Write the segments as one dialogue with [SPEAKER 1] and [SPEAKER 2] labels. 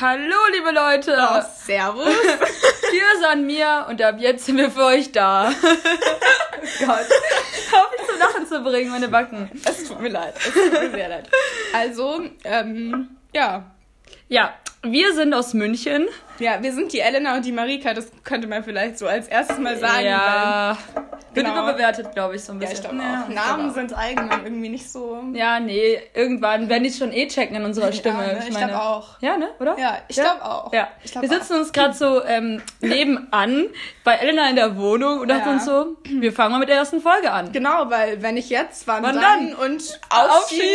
[SPEAKER 1] Hallo, liebe Leute!
[SPEAKER 2] Oh, servus.
[SPEAKER 1] Hier ist an mir und ab jetzt sind wir für euch da. oh Gott. Hör mich zum Lachen zu bringen, meine Backen.
[SPEAKER 2] es tut mir leid. Es tut mir sehr leid. Also, ähm, ja.
[SPEAKER 1] Ja, wir sind aus München.
[SPEAKER 2] Ja, wir sind die Elena und die Marika. Das könnte man vielleicht so als erstes mal sagen.
[SPEAKER 1] ja. Wird
[SPEAKER 2] genau.
[SPEAKER 1] überbewertet, glaube ich, so ein
[SPEAKER 2] weil- Ja,
[SPEAKER 1] bisschen.
[SPEAKER 2] ich glaube
[SPEAKER 1] Ja,
[SPEAKER 2] auch. Genau.
[SPEAKER 1] ich
[SPEAKER 2] Namen
[SPEAKER 1] glaube
[SPEAKER 2] sind allgemein irgendwie nicht so.
[SPEAKER 1] auch. Ja, nee, irgendwann werden die schon eh checken in unserer Stimme.
[SPEAKER 2] Ja, ne? Ich
[SPEAKER 1] meine-
[SPEAKER 2] glaube auch.
[SPEAKER 1] Ja, ne, oder?
[SPEAKER 2] Ja, ich glaube auch.
[SPEAKER 1] Ja,
[SPEAKER 2] Ich glaub
[SPEAKER 1] wir
[SPEAKER 2] auch.
[SPEAKER 1] sitzen uns gerade so ähm, nebenan bei Elena in der Wohnung und dachten
[SPEAKER 2] Ja.
[SPEAKER 1] uns so, wir fangen mal mit der ersten Folge an.
[SPEAKER 2] Genau, weil wenn ich jetzt, wann,
[SPEAKER 1] Wann
[SPEAKER 2] dann? Und aufschieben.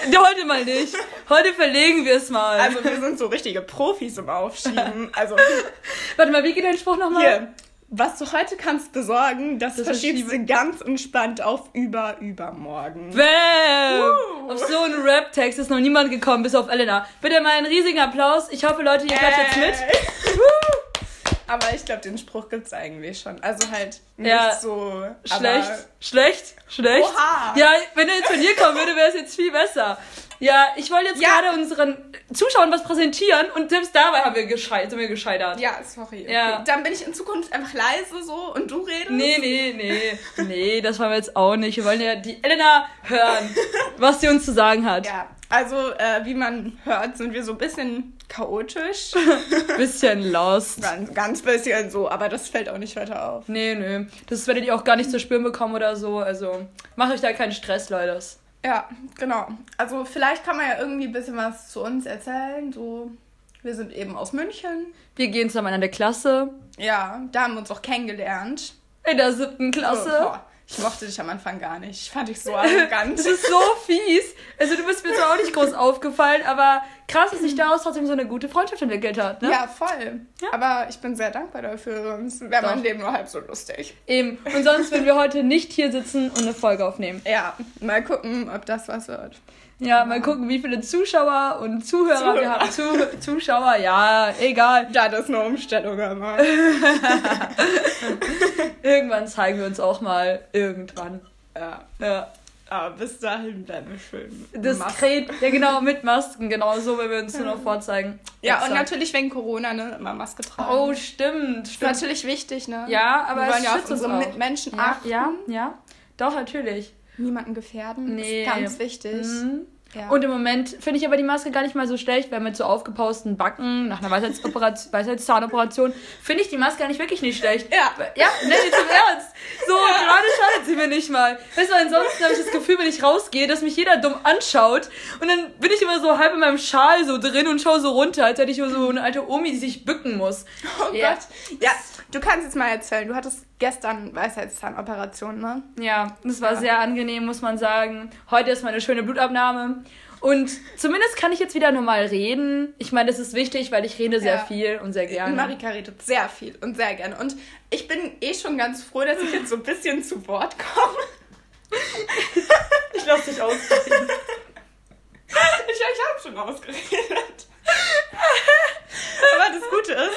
[SPEAKER 1] Aufschieben. Heute mal nicht. Heute verlegen wir es mal.
[SPEAKER 2] Also wir sind so richtige Profis im Aufschieben. Also
[SPEAKER 1] Warte mal, wie geht dein Spruch nochmal?
[SPEAKER 2] hier, was du heute kannst besorgen, das,
[SPEAKER 1] Das
[SPEAKER 2] verschiebst du ganz entspannt auf über übermorgen.
[SPEAKER 1] Bam!
[SPEAKER 2] Uh.
[SPEAKER 1] Auf so einen Rap-Text ist noch niemand gekommen, bis auf Elena. Bitte mal einen riesigen Applaus. Ich hoffe, Leute, ihr klatscht jetzt mit.
[SPEAKER 2] Äh. Aber ich glaube, den Spruch gibt's eigentlich schon. Also halt nicht
[SPEAKER 1] Ja.
[SPEAKER 2] so
[SPEAKER 1] Schlecht, schlecht, schlecht.
[SPEAKER 2] Oha.
[SPEAKER 1] Ja, wenn er jetzt von dir kommen würde, wäre es jetzt viel besser. Ja, ich wollte jetzt
[SPEAKER 2] Ja.
[SPEAKER 1] gerade unseren Zuschauern was präsentieren und selbst dabei haben wir gescheit, sind wir gescheitert.
[SPEAKER 2] Aber, ja, sorry. Okay.
[SPEAKER 1] Ja.
[SPEAKER 2] Dann bin ich in Zukunft einfach leise so und du redest.
[SPEAKER 1] Nee, nee, nee, nee, das wollen wir jetzt auch nicht. Wir wollen ja die Elena hören, was sie uns zu sagen hat.
[SPEAKER 2] Ja. Also, äh, wie man hört, sind wir so ein bisschen chaotisch.
[SPEAKER 1] Bisschen lost.
[SPEAKER 2] ganz, ganz bisschen so, aber das fällt auch nicht weiter auf.
[SPEAKER 1] Nee, nee. Das werdet ihr auch gar nicht zu spüren bekommen oder so. Also macht euch da keinen Stress, Leute.
[SPEAKER 2] Ja, genau. Also vielleicht kann man ja irgendwie ein bisschen was zu uns erzählen. So, wir sind eben aus München.
[SPEAKER 1] Wir gehen zusammen an der Klasse.
[SPEAKER 2] Ja, da haben wir uns auch kennengelernt.
[SPEAKER 1] In der siebten
[SPEAKER 2] So,
[SPEAKER 1] Klasse.
[SPEAKER 2] Oh, boah, ich mochte dich am Anfang gar nicht. Ich fand dich so arrogant.
[SPEAKER 1] Das ist so fies. Also du bist mir zwar auch nicht groß aufgefallen, aber krass, dass sich daraus trotzdem so eine gute Freundschaft entwickelt hat, ne?
[SPEAKER 2] Ja, voll.
[SPEAKER 1] Ja.
[SPEAKER 2] Aber ich bin sehr dankbar dafür, sonst wäre
[SPEAKER 1] Doch.
[SPEAKER 2] mein Leben nur halb so lustig.
[SPEAKER 1] Eben. Und sonst würden wir heute nicht hier sitzen und eine Folge aufnehmen.
[SPEAKER 2] Ja, mal gucken, ob das was wird.
[SPEAKER 1] Ja, mal gucken, wie viele Zuschauer und Zuhörer wir
[SPEAKER 2] Zuhörer.
[SPEAKER 1] haben. Zu Zuschauer, ja, egal.
[SPEAKER 2] Da das eine Umstellung immer.
[SPEAKER 1] Irgendwann zeigen wir uns auch mal. Irgendwann.
[SPEAKER 2] ja,
[SPEAKER 1] Ja.
[SPEAKER 2] aber bis dahin bleiben wir schön. Mas-
[SPEAKER 1] Diskret. Ja, genau, mit Masken. Genau so, wenn wir uns nur noch vorzeigen.
[SPEAKER 2] Ja, und
[SPEAKER 1] Exakt.
[SPEAKER 2] natürlich wegen Corona, ne, immer Maske tragen.
[SPEAKER 1] Oh, stimmt,
[SPEAKER 2] ist
[SPEAKER 1] stimmt.
[SPEAKER 2] natürlich wichtig, ne?
[SPEAKER 1] Ja, aber
[SPEAKER 2] wir wollen
[SPEAKER 1] es
[SPEAKER 2] ja auf
[SPEAKER 1] schützt uns
[SPEAKER 2] unsere
[SPEAKER 1] auch.
[SPEAKER 2] Mitmenschen
[SPEAKER 1] Ja,
[SPEAKER 2] achten.
[SPEAKER 1] ja, ja. Doch, natürlich.
[SPEAKER 2] Niemanden gefährden.
[SPEAKER 1] Nee.
[SPEAKER 2] Ist ganz wichtig.
[SPEAKER 1] Mhm.
[SPEAKER 2] Ja.
[SPEAKER 1] Und im Moment finde ich aber die Maske gar nicht mal so schlecht, weil mit so aufgepausten Backen nach einer Weisheitsoperation, Weisheitszahnoperation finde ich die Maske eigentlich wirklich nicht schlecht.
[SPEAKER 2] ja.
[SPEAKER 1] Ja, ne, jetzt im Ernst. So, gerade schadet sie mir nicht mal. Weißt du, ansonsten habe ich das Gefühl, wenn ich rausgehe, dass mich jeder dumm anschaut. Und dann bin ich immer so halb in meinem Schal so drin und schaue so runter, als hätte ich so eine alte Omi, die sich bücken muss.
[SPEAKER 2] Oh
[SPEAKER 1] Ja.
[SPEAKER 2] Gott. Ja, du kannst jetzt mal erzählen. Du hattest gestern Weisheitszahnoperation, ne?
[SPEAKER 1] Ja, das war sehr angenehm, muss man sagen. Heute ist meine schöne Blutabnahme. Und zumindest kann ich jetzt wieder normal reden. Ich meine, das ist wichtig, weil ich rede sehr
[SPEAKER 2] Ja.
[SPEAKER 1] viel und sehr gerne.
[SPEAKER 2] Marika redet sehr viel und sehr gerne. Und ich bin eh schon ganz froh, dass ich jetzt so ein bisschen zu Wort komme.
[SPEAKER 1] ich lasse dich aus.
[SPEAKER 2] Ich, ich habe schon ausgeredet. Aber das Gute ist,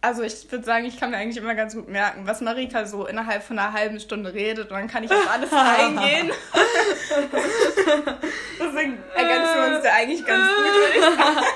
[SPEAKER 2] also ich würde sagen, ich kann mir eigentlich immer ganz gut merken, was Marika so innerhalb von einer halben Stunde redet. Und dann kann ich auf alles eingehen. Deswegen ergänzen wir uns da eigentlich ganz gut. würde ich sagen.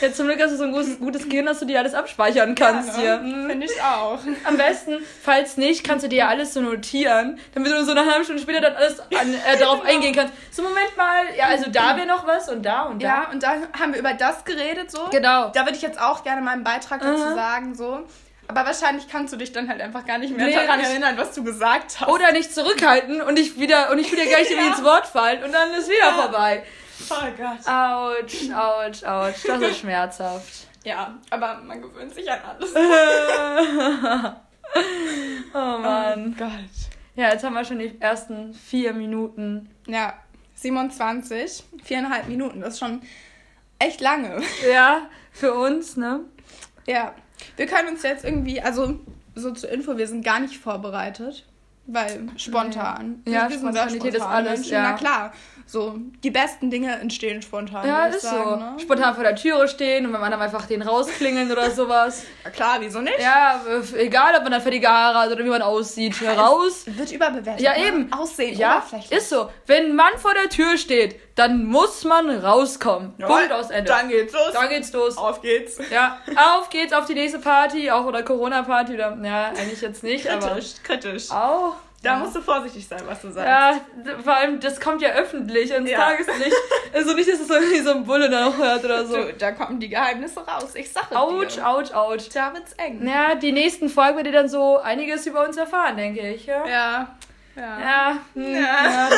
[SPEAKER 1] Ja, zum Glück hast du so ein gutes, gutes Gehirn, dass du dir alles abspeichern kannst hier. Mhm.
[SPEAKER 2] Finde ich auch.
[SPEAKER 1] Am besten, falls nicht, kannst du dir ja alles so notieren, damit du so eine halbe Stunde später dann alles an, äh, darauf
[SPEAKER 2] Genau.
[SPEAKER 1] eingehen kannst. So, Moment mal, ja, also da wäre noch was und da und da.
[SPEAKER 2] Ja, und da haben wir über das geredet so.
[SPEAKER 1] Genau.
[SPEAKER 2] Da würde ich jetzt auch gerne mal einen Beitrag dazu
[SPEAKER 1] Aha.
[SPEAKER 2] sagen so. Aber wahrscheinlich kannst du dich dann halt einfach gar nicht mehr
[SPEAKER 1] Nee,
[SPEAKER 2] daran
[SPEAKER 1] ich-
[SPEAKER 2] erinnern, was du gesagt hast.
[SPEAKER 1] Oder nicht zurückhalten und ich wieder und ich wieder gleich irgendwie
[SPEAKER 2] Ja.
[SPEAKER 1] ins Wort fallen und dann ist wieder
[SPEAKER 2] Ja.
[SPEAKER 1] vorbei.
[SPEAKER 2] Oh Gott.
[SPEAKER 1] Autsch, autsch, autsch. Das ist schmerzhaft.
[SPEAKER 2] Ja, aber man gewöhnt sich an alles.
[SPEAKER 1] oh Mann.
[SPEAKER 2] Gott.
[SPEAKER 1] Ja, jetzt haben wir schon die ersten vier Minuten.
[SPEAKER 2] Ja, 27, viereinhalb Minuten, das ist schon echt lange.
[SPEAKER 1] Ja, für uns, ne?
[SPEAKER 2] Ja. Wir können uns jetzt irgendwie, also so zur Info, wir sind gar nicht vorbereitet. Weil spontan.
[SPEAKER 1] Nee. Ja,
[SPEAKER 2] wir sind sehr
[SPEAKER 1] Spontanität ist
[SPEAKER 2] spontane
[SPEAKER 1] alles,
[SPEAKER 2] Menschen.
[SPEAKER 1] ja.
[SPEAKER 2] Na klar. So, die besten Dinge entstehen spontan.
[SPEAKER 1] Ja,
[SPEAKER 2] würd ich
[SPEAKER 1] ist so.
[SPEAKER 2] sagen, Ne?
[SPEAKER 1] Spontan vor der Türe stehen und wenn man dann einfach den rausklingeln oder sowas.
[SPEAKER 2] Na klar, wieso nicht?
[SPEAKER 1] Ja, äh, egal, ob man dann fertig geheiratet oder wie man aussieht. Raus.
[SPEAKER 2] Wird überbewertet.
[SPEAKER 1] Ja,
[SPEAKER 2] ne?
[SPEAKER 1] eben.
[SPEAKER 2] Aussehen,
[SPEAKER 1] Ja,
[SPEAKER 2] oberflächlich.
[SPEAKER 1] ist so. Wenn ein Mann vor der Tür steht, dann muss man rauskommen.
[SPEAKER 2] Jawohl.
[SPEAKER 1] Punkt aus Ende.
[SPEAKER 2] Dann geht's los.
[SPEAKER 1] Dann geht's los.
[SPEAKER 2] Auf geht's.
[SPEAKER 1] Ja, auf geht's auf die nächste Party, auch oder Corona-Party oder, ja, eigentlich jetzt nicht, aber
[SPEAKER 2] Kritisch, kritisch.
[SPEAKER 1] auch.
[SPEAKER 2] Da musst du vorsichtig sein, was du sagst.
[SPEAKER 1] Ja, d- vor allem, das kommt ja öffentlich ins
[SPEAKER 2] Ja.
[SPEAKER 1] Tageslicht. Also nicht, dass es irgendwie so ein Bulle da noch hört oder so.
[SPEAKER 2] Du, da kommen die Geheimnisse raus. Ich sag es
[SPEAKER 1] also- Autsch,
[SPEAKER 2] dir.
[SPEAKER 1] ouch, ouch.
[SPEAKER 2] Da wird's eng.
[SPEAKER 1] Ja, die nächsten Folgen werdet ihr dann so einiges über uns erfahren, denke ich. Ja.
[SPEAKER 2] Ja. Ja.
[SPEAKER 1] Ja, hm,
[SPEAKER 2] Ja.
[SPEAKER 1] ja.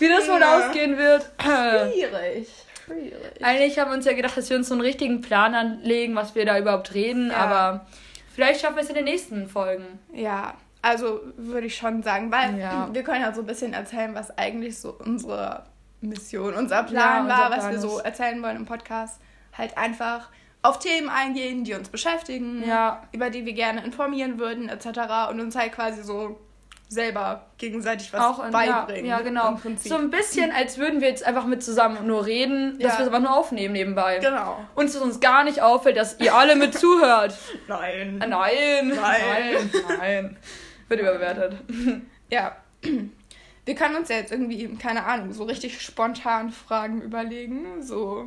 [SPEAKER 1] Wie das wohl
[SPEAKER 2] Ja.
[SPEAKER 1] ausgehen wird.
[SPEAKER 2] Schwierig. Schwierig.
[SPEAKER 1] Eigentlich haben wir uns ja gedacht, dass wir uns so einen richtigen Plan anlegen, was wir da überhaupt reden,
[SPEAKER 2] Ja.
[SPEAKER 1] aber vielleicht schaffen wir es in den nächsten Folgen.
[SPEAKER 2] Ja, also würde ich schon sagen, weil
[SPEAKER 1] Ja.
[SPEAKER 2] wir können ja so ein bisschen erzählen, was eigentlich so unsere Mission, unser Plan
[SPEAKER 1] Ja,
[SPEAKER 2] war,
[SPEAKER 1] unser
[SPEAKER 2] was
[SPEAKER 1] Plan
[SPEAKER 2] wir so
[SPEAKER 1] ist-
[SPEAKER 2] erzählen wollen im Podcast. Halt einfach auf Themen eingehen, die uns beschäftigen,
[SPEAKER 1] Ja.
[SPEAKER 2] über die wir gerne informieren würden, etc. Und uns halt quasi so selber gegenseitig was
[SPEAKER 1] Auch in,
[SPEAKER 2] beibringen.
[SPEAKER 1] Ja, ja, genau.
[SPEAKER 2] Im Prinzip.
[SPEAKER 1] So ein bisschen, als würden wir jetzt einfach mit zusammen nur reden, dass
[SPEAKER 2] Ja.
[SPEAKER 1] wir es aber nur aufnehmen nebenbei.
[SPEAKER 2] genau.
[SPEAKER 1] Uns es uns gar nicht auffällt, dass ihr alle mit zuhört.
[SPEAKER 2] Nein.
[SPEAKER 1] Äh, Nein.
[SPEAKER 2] Nein.
[SPEAKER 1] Nein. Nein. Wird überbewertet.
[SPEAKER 2] Ja. Wir können uns ja jetzt irgendwie, keine Ahnung, so richtig spontan Fragen überlegen. So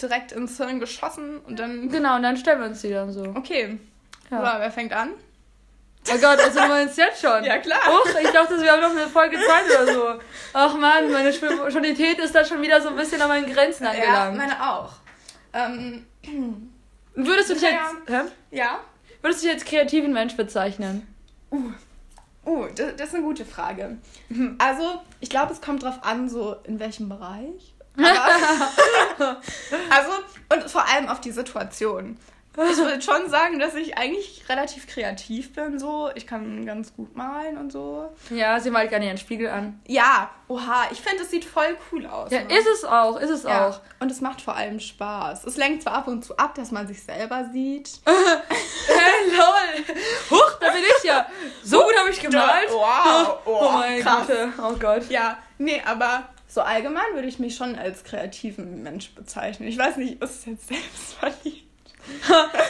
[SPEAKER 2] direkt ins Hirn geschossen und dann.
[SPEAKER 1] Genau, und dann stellen wir uns die dann so.
[SPEAKER 2] Okay.
[SPEAKER 1] Ja.
[SPEAKER 2] So, wer fängt an?
[SPEAKER 1] Oh Gott, also wir wollen es jetzt schon.
[SPEAKER 2] klar.
[SPEAKER 1] Och, ich dachte, wir haben noch eine Folge Zeit oder so. Ach man, meine Spontanität ist da schon wieder so ein bisschen an meinen Grenzen
[SPEAKER 2] Ja,
[SPEAKER 1] angelangt.
[SPEAKER 2] meine auch. Ähm,
[SPEAKER 1] Würdest du dich
[SPEAKER 2] Ja.
[SPEAKER 1] jetzt, hä?
[SPEAKER 2] ja.
[SPEAKER 1] Würdest du dich als kreativen Mensch bezeichnen?
[SPEAKER 2] Oh, das, das ist eine gute Frage. Also, ich glaube, es kommt drauf an, so in welchem Bereich. Aber, also, und vor allem auf die Situation. Ich würde schon sagen, dass ich eigentlich relativ kreativ bin, so. Ich kann ganz gut malen und so.
[SPEAKER 1] Ja, sie malt gerne ihren Spiegel an.
[SPEAKER 2] Ja, oha, ich finde, es sieht voll cool aus.
[SPEAKER 1] Ja,
[SPEAKER 2] ne?
[SPEAKER 1] ist es auch, ist es
[SPEAKER 2] Ja,
[SPEAKER 1] auch.
[SPEAKER 2] Und es macht vor allem Spaß. Es lenkt zwar ab und zu ab, dass man sich selber sieht.
[SPEAKER 1] Oh Hey, lol. Huch, da bin ich ja. So gut habe ich gemalt.
[SPEAKER 2] Wow,
[SPEAKER 1] Oh,
[SPEAKER 2] wow,
[SPEAKER 1] mein
[SPEAKER 2] Ah, krass.
[SPEAKER 1] Güte. Oh Gott.
[SPEAKER 2] Ja, nee, aber so allgemein würde ich mich schon als kreativen Mensch bezeichnen. Ich weiß nicht, ist es jetzt selbstverliebt?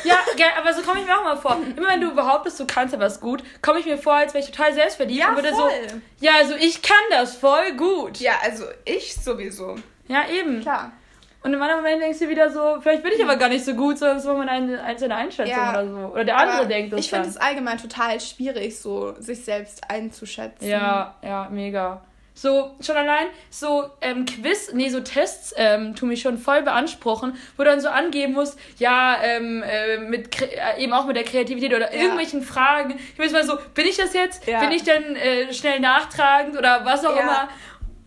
[SPEAKER 1] Ja, gell, aber so komme ich mir auch mal vor. Immer wenn du behauptest, du kannst etwas gut, komme ich mir vor, als wäre ich total selbstverliebt und würde so. Ja, also ich kann das voll gut.
[SPEAKER 2] Ja, also ich sowieso.
[SPEAKER 1] Ja, eben.
[SPEAKER 2] Klar. Mhm.
[SPEAKER 1] Und im anderen Moment denkst du wieder so, vielleicht bin ich aber gar nicht so gut, sondern es war meine ein- einzelne Einschätzung
[SPEAKER 2] Ja.
[SPEAKER 1] oder so. Oder der andere
[SPEAKER 2] Aber
[SPEAKER 1] denkt das
[SPEAKER 2] ich
[SPEAKER 1] dann.
[SPEAKER 2] finde es allgemein total schwierig, so sich selbst einzuschätzen.
[SPEAKER 1] ja, ja, mega. So, schon allein, so ähm, Quiz, nee, so Tests ähm, tun mich schon voll beanspruchen, wo du dann so angeben musst, ja, ähm, äh, mit Kre- äh, eben auch mit der Kreativität oder
[SPEAKER 2] Ja.
[SPEAKER 1] irgendwelchen Fragen. Ich weiß mal so, bin ich das jetzt?
[SPEAKER 2] Ja.
[SPEAKER 1] Bin ich denn äh, schnell nachtragend oder was auch
[SPEAKER 2] Ja.
[SPEAKER 1] immer?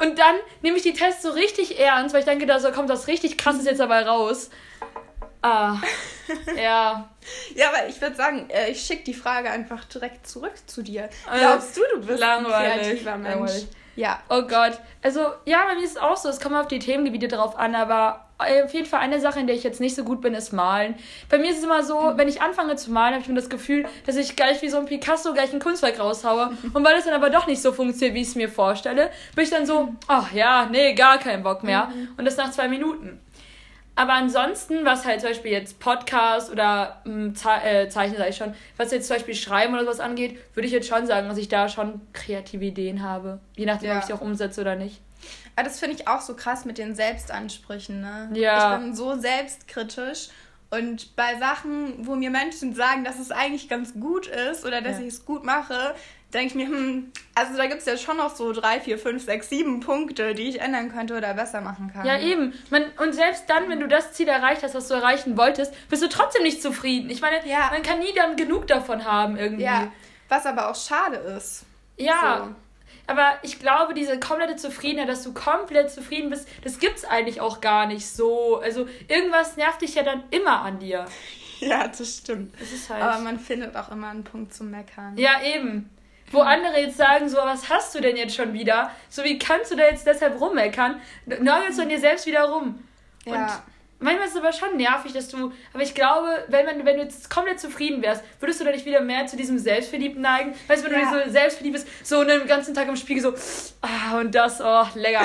[SPEAKER 1] Und dann nehme ich die Tests so richtig ernst, weil ich denke, da so kommt was richtig krasses jetzt dabei raus. Ah. ja.
[SPEAKER 2] Ja, aber ich würde sagen, äh, ich schicke die Frage einfach direkt zurück zu dir.
[SPEAKER 1] Äh,
[SPEAKER 2] Glaubst du, du bist ein
[SPEAKER 1] langweilig,
[SPEAKER 2] kreativer Mensch?
[SPEAKER 1] langweilig.
[SPEAKER 2] Ja.
[SPEAKER 1] Oh Gott. Also, ja, bei mir ist es auch so. Es kommt auf die Themengebiete drauf an, aber äh, auf jeden Fall eine Sache, in der ich jetzt nicht so gut bin, ist Malen. Bei mir ist es immer so, wenn ich anfange zu malen, habe ich immer das Gefühl, dass ich gleich wie so ein Picasso gleich ein Kunstwerk raushaue. Und weil es dann aber doch nicht so funktioniert, wie ich es mir vorstelle, bin ich dann so, ach ja, nee, gar keinen Bock mehr. Und das nach zwei Minuten. Aber ansonsten, was halt zum Beispiel jetzt Podcast oder ähm, Ze äh, Zeichen, sag ich schon, was jetzt zum Beispiel Schreiben oder sowas angeht, würde ich jetzt schon sagen, dass ich da schon kreative Ideen habe. Je nachdem,
[SPEAKER 2] Ja.
[SPEAKER 1] ob ich sie auch umsetze oder nicht.
[SPEAKER 2] Aber Ah, das finde ich auch so krass mit den Selbstansprüchen, ne?
[SPEAKER 1] Ja.
[SPEAKER 2] Ich bin so selbstkritisch und bei Sachen, wo mir Menschen sagen, dass es eigentlich ganz gut ist oder dass
[SPEAKER 1] Ja.
[SPEAKER 2] ich es gut mache, denke ich mir, hm, also da gibt es ja schon noch so drei, vier, fünf, sechs, sieben Punkte, die ich ändern könnte oder besser machen kann.
[SPEAKER 1] Ja, eben. Man, und selbst dann, wenn du das Ziel erreicht hast, was du erreichen wolltest, bist du trotzdem nicht zufrieden. Ich meine,
[SPEAKER 2] Ja.
[SPEAKER 1] man kann nie dann genug davon haben irgendwie.
[SPEAKER 2] Ja. Was aber auch schade ist.
[SPEAKER 1] Ja.
[SPEAKER 2] So.
[SPEAKER 1] Aber ich glaube, diese komplette Zufriedenheit, dass du komplett zufrieden bist, das gibt's eigentlich auch gar nicht so. Also irgendwas nervt dich ja dann immer an dir.
[SPEAKER 2] Ja, das stimmt.
[SPEAKER 1] Das ist halt.
[SPEAKER 2] Aber man findet auch immer einen Punkt zum Meckern.
[SPEAKER 1] Ja, eben. Wo
[SPEAKER 2] Hm.
[SPEAKER 1] andere jetzt sagen, so, was hast du denn jetzt schon wieder? So, wie kannst du da jetzt deshalb rummeckern? Nagelst du an dir selbst wieder rum?
[SPEAKER 2] Ja.
[SPEAKER 1] Manchmal ist es aber schon nervig, dass du. Aber ich glaube, wenn, man, wenn du jetzt komplett zufrieden wärst, würdest du dann nicht wieder mehr zu diesem Selbstverliebten neigen? Weißt du, wenn
[SPEAKER 2] Ja.
[SPEAKER 1] du so selbstverliebt bist, so und den ganzen Tag im Spiegel so, ah, und das, oh, lecker.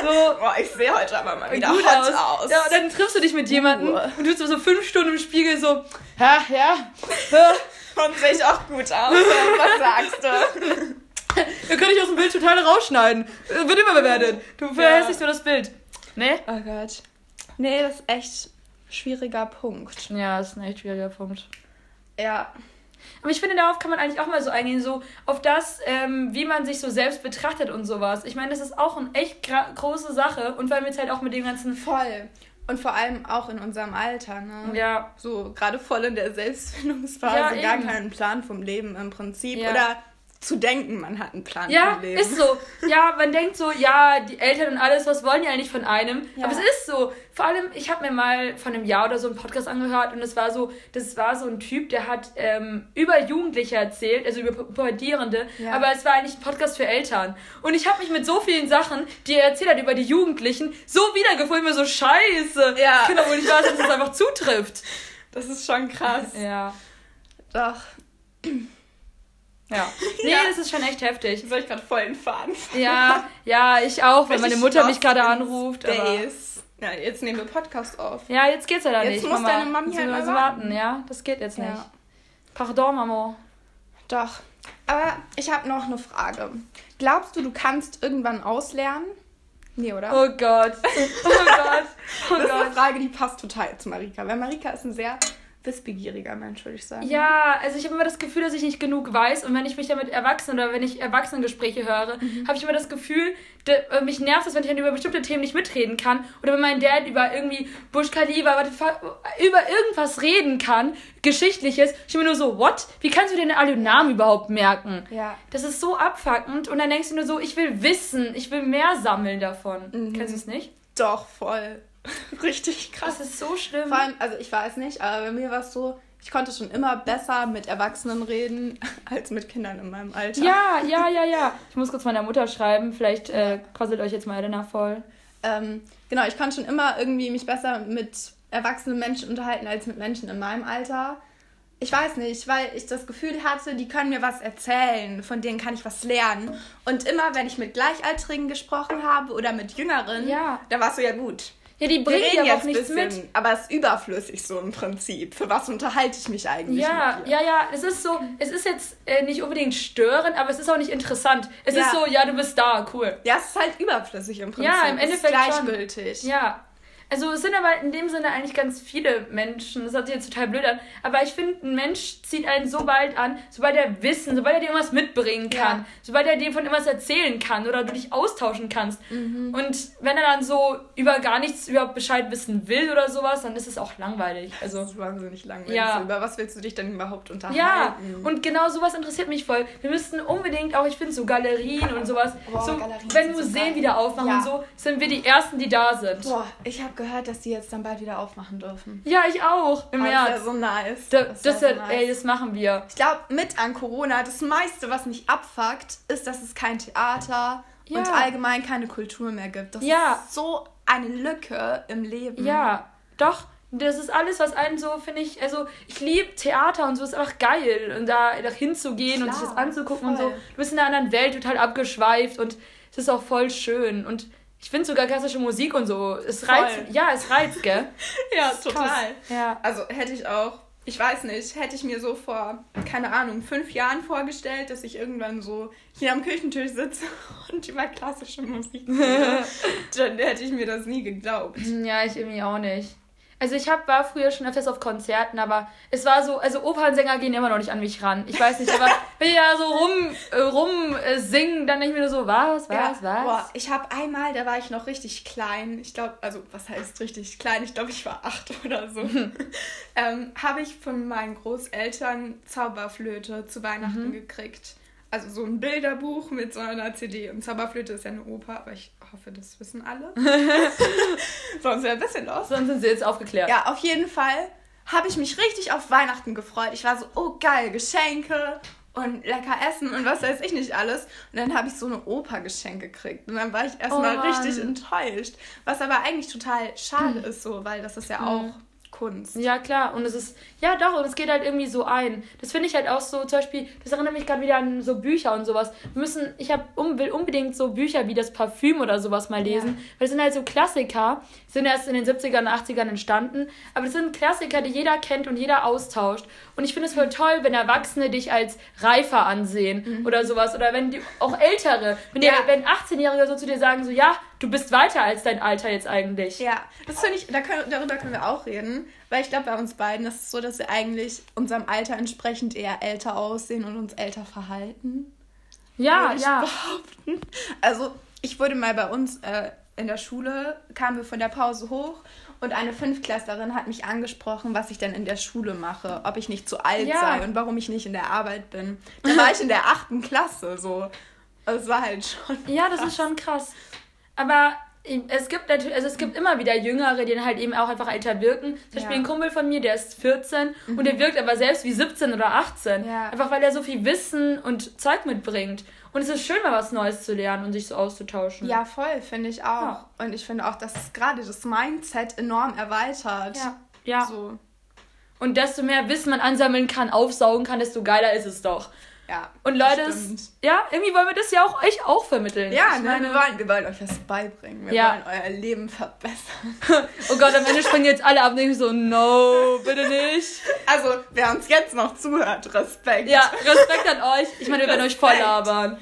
[SPEAKER 1] So.
[SPEAKER 2] Boah, ich sehe heute aber mal wieder
[SPEAKER 1] gut
[SPEAKER 2] hot
[SPEAKER 1] aus.
[SPEAKER 2] aus.
[SPEAKER 1] Ja, und dann triffst du dich mit jemandem
[SPEAKER 2] Uh.
[SPEAKER 1] und du bist so fünf Stunden im Spiegel so, ha, ja, ha,
[SPEAKER 2] Und sehe ich auch gut aus. Was sagst du?
[SPEAKER 1] Ihr könnt euch aus dem Bild total rausschneiden. Äh, Wird immer bewertet. Du verhässlichst nur das Bild. Ne?
[SPEAKER 2] Oh Gott. Nee, das ist echt schwieriger Punkt.
[SPEAKER 1] Ja, ist ein echt schwieriger Punkt.
[SPEAKER 2] Ja.
[SPEAKER 1] Aber ich finde, darauf kann man eigentlich auch mal so eingehen, so auf das, ähm, wie man sich so selbst betrachtet und sowas. Ich meine, das ist auch eine echt gra- große Sache und weil wir jetzt halt auch mit dem ganzen.
[SPEAKER 2] Voll. Und vor allem auch in unserem Alter, ne?
[SPEAKER 1] Ja,
[SPEAKER 2] So gerade voll in der Selbstfindungsphase,
[SPEAKER 1] Ja,
[SPEAKER 2] gar
[SPEAKER 1] eben.
[SPEAKER 2] keinen Plan vom Leben im Prinzip.
[SPEAKER 1] Ja.
[SPEAKER 2] Oder zu denken, man hat einen Plan
[SPEAKER 1] ja
[SPEAKER 2] vom Leben.
[SPEAKER 1] ist so. Ja, man denkt so, ja, die Eltern und alles, was wollen die eigentlich von einem?
[SPEAKER 2] Ja.
[SPEAKER 1] Aber es ist so. Vor allem, ich habe mir mal vor einem Jahr oder so einen Podcast angehört und es war so, das war so ein Typ, der hat ähm, über Jugendliche erzählt, also über Pu- Pubertierende,
[SPEAKER 2] Ja.
[SPEAKER 1] aber es war eigentlich ein Podcast für Eltern. Und ich habe mich mit so vielen Sachen, die er erzählt hat über die Jugendlichen, so wiedergefunden, ich mir so scheiße.
[SPEAKER 2] Ja.
[SPEAKER 1] Ich kann doch wohl nicht wahr sein, dass es einfach zutrifft.
[SPEAKER 2] Das ist schon krass.
[SPEAKER 1] Ja.
[SPEAKER 2] Doch.
[SPEAKER 1] Ja. Nee,
[SPEAKER 2] Ja.
[SPEAKER 1] das ist schon echt heftig.
[SPEAKER 2] Jetzt soll ich gerade voll den Faden verlieren.
[SPEAKER 1] Ja, ja, ich auch, weil meine
[SPEAKER 2] Richtig
[SPEAKER 1] Mutter mich
[SPEAKER 2] lost
[SPEAKER 1] gerade
[SPEAKER 2] in
[SPEAKER 1] anruft. Aber
[SPEAKER 2] Space. Na, jetzt nehmen wir Podcast auf.
[SPEAKER 1] Ja, jetzt geht's ja da
[SPEAKER 2] Jetzt
[SPEAKER 1] nicht.
[SPEAKER 2] muss deine Mami
[SPEAKER 1] Jetzt
[SPEAKER 2] halt
[SPEAKER 1] müssen wir
[SPEAKER 2] mal
[SPEAKER 1] warten. ja? Das geht jetzt
[SPEAKER 2] Ja.
[SPEAKER 1] nicht. Pardon, Maman.
[SPEAKER 2] Doch. Aber ich habe noch eine Frage. Glaubst du, du kannst irgendwann auslernen? Nee, oder?
[SPEAKER 1] Oh Gott. Oh Gott. Oh
[SPEAKER 2] das ist eine
[SPEAKER 1] Gott.
[SPEAKER 2] Frage, die passt total zu Marika. Weil Marika ist ein sehr wissbegieriger Mensch, würde ich sagen.
[SPEAKER 1] Ja, also ich habe immer das Gefühl, dass ich nicht genug weiß und wenn ich mich damit Erwachsenen oder wenn ich Erwachsenengespräche höre,
[SPEAKER 2] Mhm.
[SPEAKER 1] habe ich immer das Gefühl, de, äh, mich nervt es, wenn ich dann über bestimmte Themen nicht mitreden kann oder wenn mein Dad über irgendwie Bush Khalifa, what the fuck, über irgendwas reden kann, geschichtliches, ich bin mir nur so, what? Wie kannst du dir denn alle Namen überhaupt merken?
[SPEAKER 2] Ja.
[SPEAKER 1] Das ist so abfuckend und dann denkst du nur so, ich will wissen, ich will mehr sammeln davon.
[SPEAKER 2] Mhm.
[SPEAKER 1] Kennst du es nicht?
[SPEAKER 2] Doch, voll. Richtig krass.
[SPEAKER 1] Das ist so schlimm.
[SPEAKER 2] Vor allem, also ich weiß nicht, aber bei mir war es so, ich konnte schon immer besser mit Erwachsenen reden als mit Kindern in meinem Alter.
[SPEAKER 1] Ja, ja, ja, ja. Ich muss kurz meiner Mutter schreiben, vielleicht äh, quasselt euch jetzt mal Elena voll.
[SPEAKER 2] Ähm, genau, ich konnte schon immer irgendwie mich besser mit erwachsenen Menschen unterhalten als mit Menschen in meinem Alter. Ich weiß nicht, weil ich das Gefühl hatte, die können mir was erzählen, von denen kann ich was lernen. Und immer, wenn ich mit Gleichaltrigen gesprochen habe oder mit Jüngeren,
[SPEAKER 1] Ja.
[SPEAKER 2] da warst du ja gut.
[SPEAKER 1] Ja, die
[SPEAKER 2] Wir
[SPEAKER 1] bringen
[SPEAKER 2] reden
[SPEAKER 1] ja
[SPEAKER 2] jetzt
[SPEAKER 1] auch
[SPEAKER 2] ein
[SPEAKER 1] nichts mit.
[SPEAKER 2] bisschen, aber es ist überflüssig so im Prinzip. Für was unterhalte ich mich eigentlich
[SPEAKER 1] Ja,
[SPEAKER 2] mit dir?
[SPEAKER 1] ja, ja. Es ist so, es ist jetzt äh, nicht unbedingt störend, aber es ist auch nicht interessant. Es
[SPEAKER 2] Ja.
[SPEAKER 1] ist so, ja, du bist da, cool.
[SPEAKER 2] Ja, es ist halt überflüssig im Prinzip.
[SPEAKER 1] Ja, im
[SPEAKER 2] Es ist
[SPEAKER 1] Endeffekt schon.
[SPEAKER 2] gleichgültig.
[SPEAKER 1] Ja. Also es sind aber in dem Sinne eigentlich ganz viele Menschen. Das hört sich jetzt total blöd an. Aber ich finde, ein Mensch zieht einen so bald an, sobald er wissen, sobald er dir irgendwas mitbringen kann,
[SPEAKER 2] Ja.
[SPEAKER 1] sobald er dir von irgendwas erzählen kann oder du dich austauschen kannst.
[SPEAKER 2] Mhm.
[SPEAKER 1] Und wenn er dann so über gar nichts überhaupt Bescheid wissen will oder sowas, dann ist es auch langweilig. Also
[SPEAKER 2] Das ist wahnsinnig langweilig.
[SPEAKER 1] Ja.
[SPEAKER 2] So, Über was willst du dich denn überhaupt unterhalten?
[SPEAKER 1] ja, und genau sowas interessiert mich voll. Wir müssten unbedingt auch, ich finde so Galerien und sowas,
[SPEAKER 2] Boah,
[SPEAKER 1] so,
[SPEAKER 2] Galerien
[SPEAKER 1] wenn
[SPEAKER 2] sind so
[SPEAKER 1] Museen
[SPEAKER 2] geil.
[SPEAKER 1] wieder aufmachen
[SPEAKER 2] Ja.
[SPEAKER 1] und so, sind wir die Ersten, die da sind.
[SPEAKER 2] Boah, ich habe gehört, dass die jetzt dann bald wieder aufmachen dürfen.
[SPEAKER 1] Ja, ich auch, im
[SPEAKER 2] Oh,
[SPEAKER 1] März.
[SPEAKER 2] Das wäre so nice.
[SPEAKER 1] Da, das,
[SPEAKER 2] wär
[SPEAKER 1] ja- ey, das machen wir.
[SPEAKER 2] Ich glaube, mit an Corona, das meiste, was mich abfuckt, ist, dass es kein Theater
[SPEAKER 1] Ja.
[SPEAKER 2] und allgemein keine Kultur mehr gibt. Das
[SPEAKER 1] Ja.
[SPEAKER 2] ist so eine Lücke im Leben.
[SPEAKER 1] Ja, doch. Das ist alles, was einen so, finde ich, also ich liebe Theater und so, ist einfach geil. Und da, da hinzugehen und
[SPEAKER 2] Klar,
[SPEAKER 1] sich das anzugucken
[SPEAKER 2] voll.
[SPEAKER 1] und so. Du bist in einer anderen Welt total abgeschweift und es ist auch voll schön. Und ich finde sogar klassische Musik und so. Es
[SPEAKER 2] Voll.
[SPEAKER 1] reizt, ja, es reizt, gell?
[SPEAKER 2] ja
[SPEAKER 1] Krass. Ja.
[SPEAKER 2] Also hätte ich auch, ich weiß nicht, hätte ich mir so vor, keine Ahnung, fünf Jahren vorgestellt, dass ich irgendwann so hier am Küchentisch sitze und über klassische Musik rede, dann hätte ich mir das nie geglaubt.
[SPEAKER 1] Hm, Ja, ich irgendwie auch nicht. Also ich hab, war früher schon öfters auf Konzerten, aber es war so, also Opernsänger gehen immer noch nicht an mich ran. Ich weiß nicht, aber wenn die da so rum, äh, rum äh, singen, dann denke ich mir nur so, was, was,
[SPEAKER 2] Ja,
[SPEAKER 1] was?
[SPEAKER 2] Boah, ich habe einmal, da war ich noch richtig klein. Ich glaube, also was heißt richtig klein? Ich glaube, ich war acht oder so. ähm, habe ich von meinen Großeltern Zauberflöte zu Weihnachten gekriegt. Also so ein Bilderbuch mit so einer CD. Und Zauberflöte ist ja eine Oper, aber ich hoffe, das wissen alle. Sonst wäre ein bisschen los.
[SPEAKER 1] Sonst sind sie jetzt aufgeklärt.
[SPEAKER 2] Ja, auf jeden Fall habe ich mich richtig auf Weihnachten gefreut. Ich war so, oh geil, Geschenke und lecker essen und was weiß ich nicht alles. Und dann habe ich so eine Oper geschenkt gekriegt. Und dann war ich
[SPEAKER 1] Oh
[SPEAKER 2] erstmal
[SPEAKER 1] Mann. Hm.
[SPEAKER 2] richtig enttäuscht. Was aber eigentlich total schade ist, so, weil das ist ja auch Kunst.
[SPEAKER 1] Ja, klar. Und es ist, ja doch, und es geht halt irgendwie so ein. Das finde ich halt auch so, zum Beispiel, das erinnert mich gerade wieder an so Bücher und sowas. Wir müssen, ich hab, um, will unbedingt so Bücher wie das Parfüm oder sowas mal lesen.
[SPEAKER 2] Ja.
[SPEAKER 1] Weil das sind halt so Klassiker, die sind erst in den 70ern und 80ern entstanden. Aber das sind Klassiker, die jeder kennt und jeder austauscht. Und ich finde
[SPEAKER 2] Mhm.
[SPEAKER 1] es voll toll, wenn Erwachsene dich als reifer ansehen oder sowas. Oder wenn die, auch Ältere, wenn, die-
[SPEAKER 2] Ja.
[SPEAKER 1] wenn 18-Jährige so zu dir sagen, so, ja, du bist weiter als dein Alter jetzt eigentlich.
[SPEAKER 2] Ja, das finde ich, da können, darüber können wir auch reden, weil ich glaube, bei uns beiden ist es so, dass wir eigentlich unserem Alter entsprechend eher älter aussehen und uns älter verhalten.
[SPEAKER 1] Ja,
[SPEAKER 2] würde ich
[SPEAKER 1] ja.
[SPEAKER 2] behaupten. Also, ich wurde mal bei uns äh, in der Schule, kamen wir von der Pause hoch und eine Fünftklässlerin hat mich angesprochen, was ich denn in der Schule mache, ob ich nicht zu alt
[SPEAKER 1] Ja.
[SPEAKER 2] sei und warum ich nicht in der Arbeit bin. Da war ich in der achten Klasse, so. Also, es war halt schon.
[SPEAKER 1] Ja, das ist schon krass. Aber es gibt natürlich, also es gibt immer wieder Jüngere, die dann halt eben auch einfach älter wirken. Zum Beispiel
[SPEAKER 2] Ja. Mhm.
[SPEAKER 1] ein Kumpel von mir, der ist 14 und der wirkt aber selbst wie 17 oder 18.
[SPEAKER 2] Ja.
[SPEAKER 1] Einfach weil er so viel Wissen und Zeug mitbringt. Und es ist schön, mal was Neues zu lernen und sich so auszutauschen.
[SPEAKER 2] Ja, voll, finde ich auch.
[SPEAKER 1] Ja.
[SPEAKER 2] Und ich finde auch, dass es gerade das Mindset enorm erweitert.
[SPEAKER 1] Ja. ja.
[SPEAKER 2] So,
[SPEAKER 1] Und desto mehr Wissen man ansammeln kann, aufsaugen kann, desto geiler ist es doch.
[SPEAKER 2] ja.
[SPEAKER 1] Und Leute,
[SPEAKER 2] das
[SPEAKER 1] es-
[SPEAKER 2] stimmt.
[SPEAKER 1] ja, irgendwie wollen wir das ja auch euch auch vermitteln.
[SPEAKER 2] Ja,
[SPEAKER 1] Ich
[SPEAKER 2] ne,
[SPEAKER 1] meine-
[SPEAKER 2] wir, wollen, wir wollen euch was beibringen. Wir
[SPEAKER 1] Ja.
[SPEAKER 2] wollen euer Leben verbessern.
[SPEAKER 1] Oh Gott, am Ende springen jetzt alle ab und denken so, no, bitte nicht.
[SPEAKER 2] Also, wer uns jetzt noch zuhört, Respekt.
[SPEAKER 1] Ja, Respekt an euch. Ich meine, wir werden euch voll
[SPEAKER 2] Respekt.
[SPEAKER 1] labern.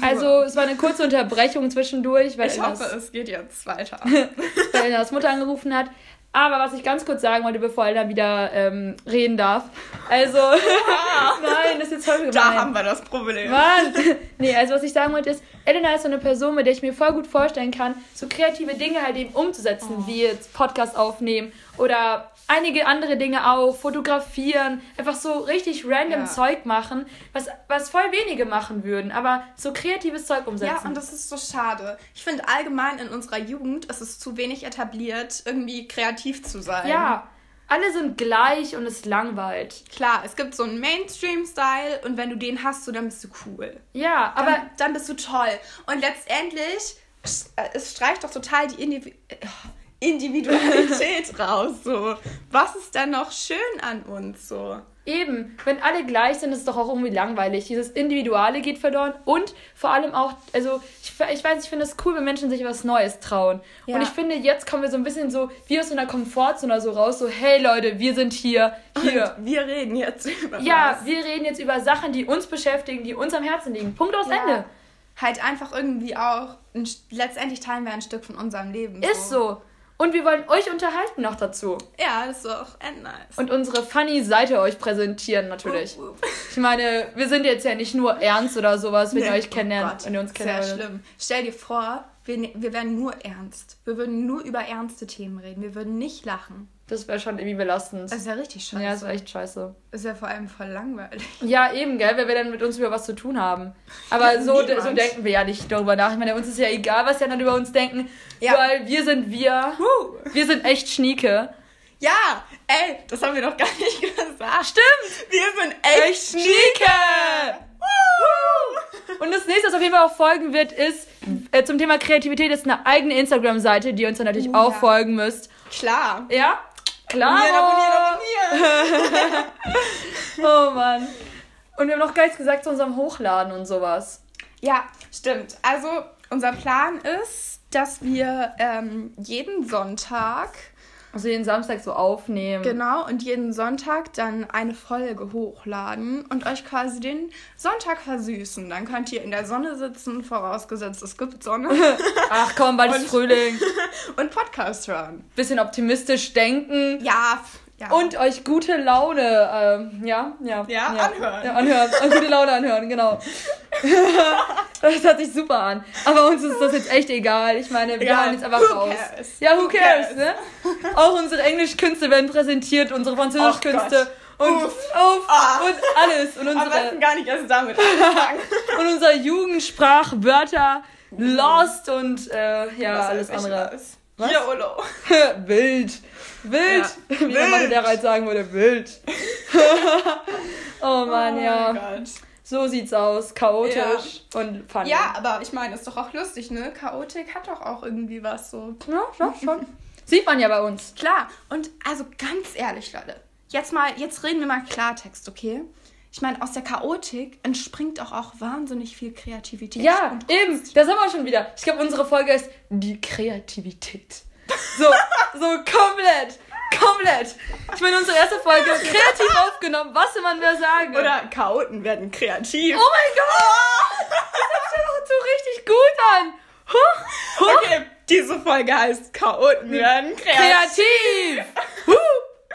[SPEAKER 1] Also, es war eine kurze Unterbrechung zwischendurch, weil
[SPEAKER 2] ich hoffe,
[SPEAKER 1] Elnas,
[SPEAKER 2] es geht jetzt weiter.
[SPEAKER 1] weil Elnas Mutter angerufen hat. Aber was ich ganz kurz sagen wollte, bevor Elna wieder ähm, reden darf. Also, nein, das ist jetzt häufig
[SPEAKER 2] Da
[SPEAKER 1] gemein.
[SPEAKER 2] haben wir das Problem.
[SPEAKER 1] Mann! Nee, also was ich sagen wollte ist, Elena ist so eine Person, mit der ich mir voll gut vorstellen kann, so kreative Dinge halt eben umzusetzen,
[SPEAKER 2] Oh.
[SPEAKER 1] wie jetzt Podcast aufnehmen oder einige andere Dinge auch, fotografieren, einfach so richtig random
[SPEAKER 2] Ja.
[SPEAKER 1] Zeug machen, was, was voll wenige machen würden, aber so kreatives Zeug umsetzen.
[SPEAKER 2] Ja, und das ist so schade. Ich finde allgemein in unserer Jugend ist es zu wenig etabliert, irgendwie kreativ zu sein.
[SPEAKER 1] ja alle sind gleich und es langweilt.
[SPEAKER 2] Klar, es gibt so einen Mainstream-Style und wenn du den hast, so, dann bist du cool.
[SPEAKER 1] Ja, aber
[SPEAKER 2] dann, dann bist du toll. Und letztendlich, sch- äh, es streicht doch total die Indivi äh, Individualität raus. So. Was ist dann noch schön an uns? So?
[SPEAKER 1] Eben, wenn alle gleich sind, ist es doch auch irgendwie langweilig. Dieses Individuale geht verloren und vor allem auch, also ich, ich weiß, ich finde es cool, wenn Menschen sich was Neues trauen.
[SPEAKER 2] Ja.
[SPEAKER 1] Und ich finde, jetzt kommen wir so ein bisschen so wie aus so einer Komfortzone so raus, so hey Leute, wir sind hier, hier.
[SPEAKER 2] Und wir reden jetzt über
[SPEAKER 1] ja,
[SPEAKER 2] was.
[SPEAKER 1] wir reden jetzt über Sachen, die uns beschäftigen, die uns am Herzen liegen. Punkt aus
[SPEAKER 2] Ja.
[SPEAKER 1] Ende.
[SPEAKER 2] Halt einfach irgendwie auch, ein, St- letztendlich teilen wir ein Stück von unserem Leben.
[SPEAKER 1] Ist so. Und wir wollen euch unterhalten noch dazu.
[SPEAKER 2] Ja, das ist auch end nice.
[SPEAKER 1] Und unsere funny Seite euch präsentieren natürlich.
[SPEAKER 2] Uh, uh.
[SPEAKER 1] Ich meine, wir sind jetzt ja nicht nur ernst oder sowas, wenn ihr
[SPEAKER 2] Nee.
[SPEAKER 1] euch kennenlernt,
[SPEAKER 2] Oh Gott,
[SPEAKER 1] wenn ihr uns
[SPEAKER 2] Sehr
[SPEAKER 1] kennenlernt.
[SPEAKER 2] schlimm. Stell dir vor, wir, ne- wir wären nur ernst. Wir würden nur über ernste Themen reden. Wir würden nicht lachen.
[SPEAKER 1] Das wäre schon irgendwie belastend.
[SPEAKER 2] Das ist ja richtig scheiße.
[SPEAKER 1] ja, das war echt scheiße.
[SPEAKER 2] Ist ja vor allem voll langweilig.
[SPEAKER 1] Ja, eben, gell, weil wir dann mit uns über was zu tun haben. Aber so,
[SPEAKER 2] niemand.
[SPEAKER 1] so denken wir ja nicht darüber nach. Ich meine, uns ist ja egal, was die anderen über uns denken,
[SPEAKER 2] Ja.
[SPEAKER 1] weil wir sind wir. Wir sind echt Schnieke.
[SPEAKER 2] Ja, ey, das haben wir noch gar nicht gesagt.
[SPEAKER 1] Stimmt!
[SPEAKER 2] Wir sind echt,
[SPEAKER 1] Schnieke!
[SPEAKER 2] Woo!
[SPEAKER 1] Und das nächste, was auf jeden Fall auch folgen wird, ist äh, zum Thema Kreativität ist eine eigene Instagram-Seite, die ihr uns dann natürlich
[SPEAKER 2] Oh,
[SPEAKER 1] auch
[SPEAKER 2] ja.
[SPEAKER 1] folgen müsst.
[SPEAKER 2] Klar.
[SPEAKER 1] Ja? Klar.
[SPEAKER 2] Abonnieren, abonnieren, abonnieren.
[SPEAKER 1] Oh Mann. Und wir haben noch gar nichts gesagt zu unserem Hochladen und sowas.
[SPEAKER 2] Ja, stimmt. Also, unser Plan ist, dass wir ähm, jeden Sonntag,
[SPEAKER 1] Also jeden Samstag so aufnehmen.
[SPEAKER 2] genau, und jeden Sonntag dann eine Folge hochladen und euch quasi den Sonntag versüßen. Dann könnt ihr in der Sonne sitzen, vorausgesetzt es gibt Sonne,
[SPEAKER 1] Ach komm, bald ist Frühling.
[SPEAKER 2] und Podcast hören.
[SPEAKER 1] Bisschen optimistisch denken
[SPEAKER 2] Ja, f- ja.
[SPEAKER 1] und euch gute Laune, ähm, ja, ja,
[SPEAKER 2] Ja, anhören.
[SPEAKER 1] Ja, anhören. Und gute Laune anhören, genau. das hört sich super an. Aber uns ist das jetzt echt egal. Ich meine, wir
[SPEAKER 2] Egal.
[SPEAKER 1] hauen jetzt einfach
[SPEAKER 2] Who
[SPEAKER 1] raus.
[SPEAKER 2] cares?
[SPEAKER 1] Ja, who,
[SPEAKER 2] Who
[SPEAKER 1] cares,
[SPEAKER 2] cares?
[SPEAKER 1] ne? Auch unsere Englischkünste werden präsentiert, unsere Französischkünste. Und,
[SPEAKER 2] Oh Uff.
[SPEAKER 1] Uff,
[SPEAKER 2] Ah.
[SPEAKER 1] und alles. Und
[SPEAKER 2] am
[SPEAKER 1] unsere,
[SPEAKER 2] besten gar nicht erst damit anfangen.
[SPEAKER 1] und unsere Jugendsprachwörter,
[SPEAKER 2] Oh.
[SPEAKER 1] Lost und äh, ja,
[SPEAKER 2] Was
[SPEAKER 1] alles
[SPEAKER 2] weiß ich
[SPEAKER 1] andere.
[SPEAKER 2] Was?
[SPEAKER 1] Was?
[SPEAKER 2] YOLO.
[SPEAKER 1] wild. Wild.
[SPEAKER 2] Ja.
[SPEAKER 1] Wie der
[SPEAKER 2] Wild.
[SPEAKER 1] Mathelehrer halt sagen würde, wild. Oh Mann, ja.
[SPEAKER 2] mein Gott.
[SPEAKER 1] So sieht's aus. Chaotisch und funny.
[SPEAKER 2] Ja, aber ich meine, ist doch auch lustig, ne? Chaotik hat doch auch irgendwie was so.
[SPEAKER 1] ja, ja schon. Sieht man ja bei uns.
[SPEAKER 2] Klar, und also ganz ehrlich, Leute, jetzt mal, jetzt reden wir mal Klartext, okay? Ich meine, aus der Chaotik entspringt auch, auch wahnsinnig viel Kreativität.
[SPEAKER 1] Ja,
[SPEAKER 2] Und
[SPEAKER 1] eben. Da sind wir schon wieder. Ich glaube, unsere Folge ist die Kreativität. So, so komplett. Komplett. Ich meine, unsere erste Folge kreativ aufgenommen. Was will man mehr sagen?
[SPEAKER 2] Chaoten werden kreativ.
[SPEAKER 1] Oh mein Gott! Das hört sich doch so richtig gut an. Huch, huch.
[SPEAKER 2] Okay, diese Folge heißt
[SPEAKER 1] Hm.
[SPEAKER 2] Chaoten werden
[SPEAKER 1] Kreativ! Huh.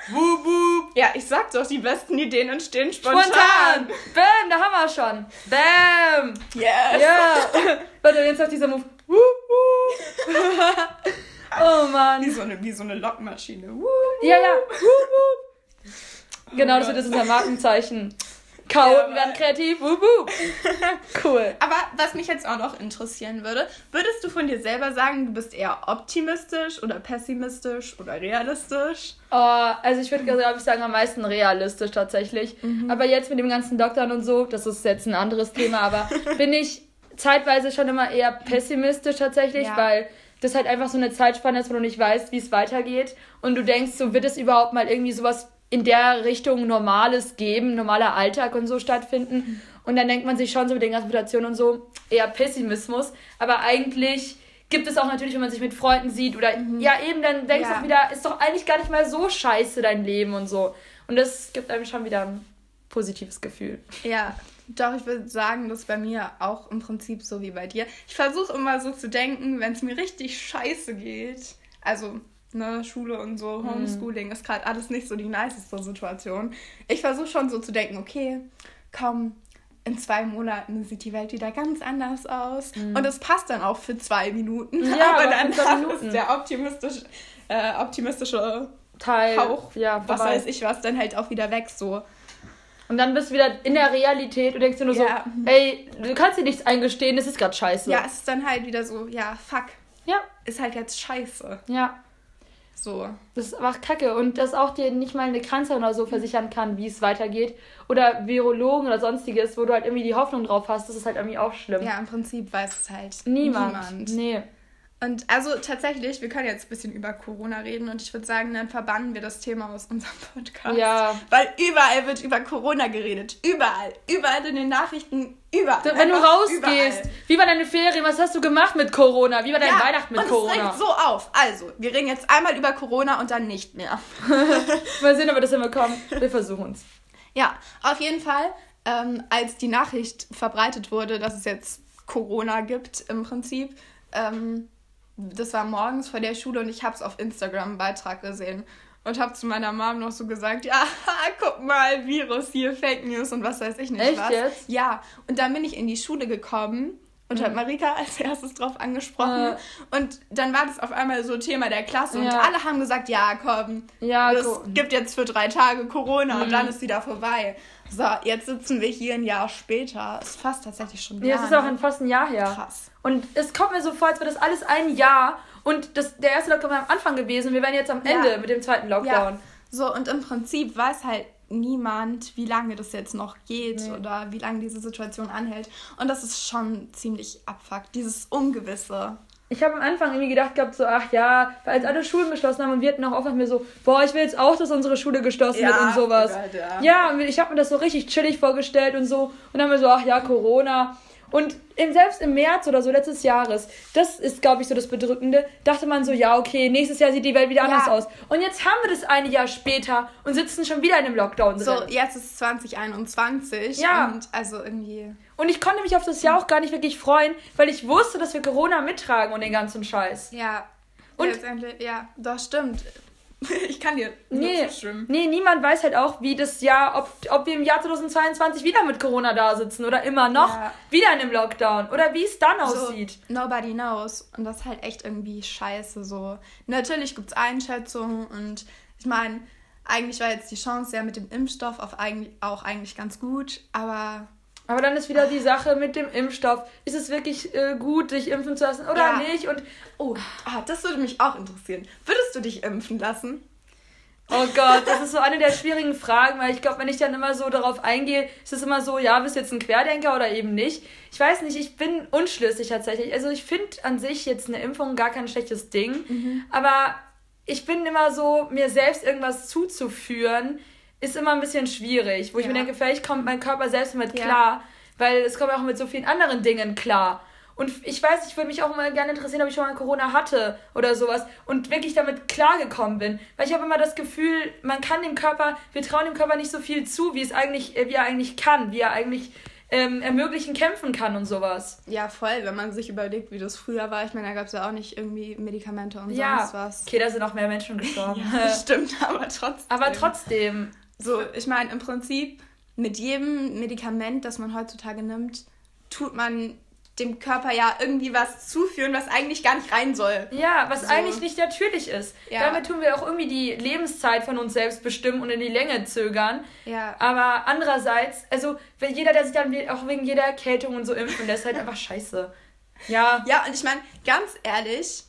[SPEAKER 1] Wup, wup.
[SPEAKER 2] Ja, ich sag doch, die besten Ideen entstehen spontan.
[SPEAKER 1] Spontan! Bam, da haben wir schon. Bam!
[SPEAKER 2] Yes.
[SPEAKER 1] Ja! Warte, jetzt noch dieser Move. Wup, wup. oh
[SPEAKER 2] Wie,
[SPEAKER 1] Mann.
[SPEAKER 2] so eine, wie so eine Lockmaschine. Woo.
[SPEAKER 1] Ja, ja. Wup, wup. Genau, das wird jetzt unser Markenzeichen. Chaoten
[SPEAKER 2] Ja,
[SPEAKER 1] werden
[SPEAKER 2] aber-
[SPEAKER 1] kreativ. Wup, wup. Cool.
[SPEAKER 2] Aber was mich jetzt auch noch interessieren würde, würdest du von dir selber sagen, du bist eher optimistisch oder pessimistisch oder realistisch?
[SPEAKER 1] Oh, also ich würde, glaube ich, sagen, am meisten realistisch tatsächlich. Aber jetzt mit dem ganzen Doktor und so, das ist jetzt ein anderes Thema, aber bin ich zeitweise schon immer eher pessimistisch tatsächlich,
[SPEAKER 2] Ja.
[SPEAKER 1] weil das halt einfach so eine Zeitspanne ist, wo du nicht weißt, wie es weitergeht. Und du denkst, so wird es überhaupt mal irgendwie sowas in der Richtung Normales geben, normaler Alltag und so stattfinden. Und dann denkt man sich schon so mit den ganzen Situationen und so eher Pessimismus. Aber eigentlich gibt es auch natürlich, wenn man sich mit Freunden sieht oder ja eben, dann denkst du
[SPEAKER 2] Ja.
[SPEAKER 1] auch wieder, ist doch eigentlich gar nicht mal so scheiße dein Leben und so. Und das gibt einem schon wieder ein positives Gefühl.
[SPEAKER 2] Ja, doch, ich würde sagen, das ist bei mir auch im Prinzip so wie bei dir. Ich versuche immer so zu denken, wenn es mir richtig scheiße geht. Also, ne, Schule und so,
[SPEAKER 1] Mhm.
[SPEAKER 2] Homeschooling ist gerade alles nicht so die niceste Situation. Ich versuche schon so zu denken, okay, komm. In zwei Monaten sieht die Welt wieder ganz anders aus. Und es passt dann auch für zwei Minuten.
[SPEAKER 1] Mhm. Ja,
[SPEAKER 2] aber
[SPEAKER 1] aber
[SPEAKER 2] dann
[SPEAKER 1] für zwei Minuten.
[SPEAKER 2] ist der optimistisch, äh, optimistische
[SPEAKER 1] Teil.
[SPEAKER 2] Hauch,
[SPEAKER 1] ja,
[SPEAKER 2] was
[SPEAKER 1] vorbei.
[SPEAKER 2] weiß ich was, dann halt auch wieder weg. So,
[SPEAKER 1] Und dann bist du wieder in der Realität und denkst dir nur
[SPEAKER 2] Ja.
[SPEAKER 1] so, ey, du kannst dir nichts eingestehen, das ist gerade scheiße.
[SPEAKER 2] Ja, es ist dann halt wieder so, ja, fuck,
[SPEAKER 1] ja,
[SPEAKER 2] ist halt jetzt scheiße.
[SPEAKER 1] ja.
[SPEAKER 2] So.
[SPEAKER 1] Das ist einfach kacke. Und dass auch dir nicht mal eine Kranzheit oder so versichern kann, wie es weitergeht. Oder Virologen oder sonstiges, wo du halt irgendwie die Hoffnung drauf hast, das ist halt irgendwie auch schlimm.
[SPEAKER 2] Ja, im Prinzip weiß es halt
[SPEAKER 1] Niemand. Nee.
[SPEAKER 2] Und also tatsächlich, wir können jetzt ein bisschen über Corona reden und ich würde sagen, dann verbannen wir das Thema aus unserem Podcast.
[SPEAKER 1] Ja.
[SPEAKER 2] Weil überall wird über Corona geredet. Überall. Überall in den Nachrichten. Überall.
[SPEAKER 1] Du- Wenn du
[SPEAKER 2] Einfach
[SPEAKER 1] rausgehst, wie war deine Ferien? Was hast du gemacht mit Corona? Wie war dein
[SPEAKER 2] Ja,
[SPEAKER 1] Weihnachten mit
[SPEAKER 2] und Es
[SPEAKER 1] Corona?
[SPEAKER 2] regt so auf. Also, wir reden jetzt einmal über Corona und dann nicht mehr.
[SPEAKER 1] Mal sehen, ob wir das hinbekommen. Wir versuchen es.
[SPEAKER 2] Ja, auf jeden Fall, ähm, als die Nachricht verbreitet wurde, dass es jetzt Corona gibt im Prinzip, ähm, das war morgens vor der Schule und ich habe es auf Instagram einen Beitrag gesehen und habe zu meiner Mom noch so gesagt, ja, guck mal, Virus hier, Fake News und was weiß ich nicht
[SPEAKER 1] Echt
[SPEAKER 2] was.
[SPEAKER 1] jetzt? Mhm.
[SPEAKER 2] Ja, und dann bin ich in die Schule gekommen und habe Marika als erstes drauf angesprochen und dann war das auf einmal so Thema der Klasse und
[SPEAKER 1] Äh. Ja.
[SPEAKER 2] alle haben gesagt, ja, komm,
[SPEAKER 1] Ja,
[SPEAKER 2] das
[SPEAKER 1] Co-
[SPEAKER 2] gibt jetzt für drei Tage Corona und
[SPEAKER 1] Mhm.
[SPEAKER 2] dann ist wieder vorbei. So, jetzt sitzen wir hier ein Jahr später. Ist fast tatsächlich schon ein
[SPEAKER 1] Ja,
[SPEAKER 2] Jahr.
[SPEAKER 1] es ist auch
[SPEAKER 2] ne?
[SPEAKER 1] ein, fast ein Jahr her.
[SPEAKER 2] Krass.
[SPEAKER 1] Und es kommt mir so vor, als wäre das alles ein Jahr. Und das, der erste Lockdown war am Anfang gewesen. Wir wären jetzt am
[SPEAKER 2] Ja.
[SPEAKER 1] Ende mit dem zweiten Lockdown.
[SPEAKER 2] ja. So, und im Prinzip weiß halt niemand, wie lange das jetzt noch geht oder wie lange diese Situation anhält. Und das ist schon ziemlich abfuck, dieses Ungewisse.
[SPEAKER 1] Ich habe am Anfang irgendwie gedacht gehabt, so, ach ja, weil als alle Schulen geschlossen haben und wir hatten auch oft mir so, boah, ich will jetzt auch, dass unsere Schule geschlossen
[SPEAKER 2] Ja,
[SPEAKER 1] wird und sowas.
[SPEAKER 2] oh Gott, ja.
[SPEAKER 1] ja, und ich habe mir das so richtig chillig vorgestellt und so. Und dann haben wir so, ach ja, Corona. Und im, selbst im März oder so letztes Jahres, das ist, glaube ich, so das Bedrückende, dachte man so, ja, okay, nächstes Jahr sieht die Welt wieder anders aus. Und jetzt haben wir das eine Jahr später und sitzen schon wieder in einem Lockdown drin.
[SPEAKER 2] So, jetzt ist 2021
[SPEAKER 1] Ja.
[SPEAKER 2] und also irgendwie.
[SPEAKER 1] Und ich konnte mich auf das Jahr auch gar nicht wirklich freuen, weil ich wusste, dass wir Corona mittragen und den ganzen Scheiß.
[SPEAKER 2] Ja.
[SPEAKER 1] Und-
[SPEAKER 2] letztendlich, ja, das stimmt. Ich kann dir
[SPEAKER 1] Nee,
[SPEAKER 2] nur zustimmen.
[SPEAKER 1] nee, niemand weiß halt auch, wie das Jahr, ob, ob wir im Jahr 2022 wieder mit Corona da sitzen oder immer noch
[SPEAKER 2] Ja.
[SPEAKER 1] wieder in einem Lockdown oder wie es dann
[SPEAKER 2] so,
[SPEAKER 1] aussieht.
[SPEAKER 2] Also, Nobody knows. Und das ist halt echt irgendwie scheiße so. Natürlich gibt es Einschätzungen und ich meine, eigentlich war jetzt die Chance ja mit dem Impfstoff auf eigentlich, auch eigentlich ganz gut, aber
[SPEAKER 1] Aber dann ist wieder die Sache mit dem Impfstoff. Ist es wirklich äh, gut, dich impfen zu lassen oder
[SPEAKER 2] Ja.
[SPEAKER 1] nicht? Und
[SPEAKER 2] oh, ah, das würde mich auch interessieren. Würdest du dich impfen lassen?
[SPEAKER 1] Oh Gott, das ist so eine der schwierigen Fragen, weil ich glaube, wenn ich dann immer so darauf eingehe, ist es immer so, ja, bist du jetzt ein Querdenker oder eben nicht. Ich weiß nicht, ich bin unschlüssig tatsächlich. Also ich finde an sich jetzt eine Impfung gar kein schlechtes Ding,
[SPEAKER 2] Mhm.
[SPEAKER 1] aber ich bin immer so, mir selbst irgendwas zuzuführen, ist immer ein bisschen schwierig, wo ich
[SPEAKER 2] Ja.
[SPEAKER 1] mir denke, vielleicht kommt mein Körper selbst damit
[SPEAKER 2] Ja.
[SPEAKER 1] klar, weil es kommt ja auch mit so vielen anderen Dingen klar. Und ich weiß, ich würde mich auch mal gerne interessieren, ob ich schon mal Corona hatte oder sowas und wirklich damit klargekommen bin. Weil ich habe immer das Gefühl, man kann dem Körper, wir trauen dem Körper nicht so viel zu, wie es eigentlich, äh, wie er eigentlich kann, wie er eigentlich ähm, ermöglichen, kämpfen kann und sowas.
[SPEAKER 2] Ja, voll, wenn man sich überlegt, wie das früher war. Ich meine, da gab es ja auch nicht irgendwie Medikamente und
[SPEAKER 1] Ja.
[SPEAKER 2] sonst was.
[SPEAKER 1] Okay, da sind noch mehr Menschen gestorben. Äh,
[SPEAKER 2] Das stimmt, aber trotzdem.
[SPEAKER 1] Aber trotzdem,
[SPEAKER 2] So, ich meine, im Prinzip, mit jedem Medikament, das man heutzutage nimmt, tut man dem Körper ja irgendwie was zuführen, was eigentlich gar nicht rein soll.
[SPEAKER 1] Ja, was
[SPEAKER 2] So.
[SPEAKER 1] eigentlich nicht natürlich ist.
[SPEAKER 2] Ja.
[SPEAKER 1] Damit tun wir auch irgendwie die Lebenszeit von uns selbst bestimmen und in die Länge zögern.
[SPEAKER 2] Ja.
[SPEAKER 1] Aber andererseits, also wenn jeder, der sich dann we- auch wegen jeder Erkältung und so impfen lässt, halt einfach scheiße. Ja.
[SPEAKER 2] Ja, und ich meine, ganz ehrlich,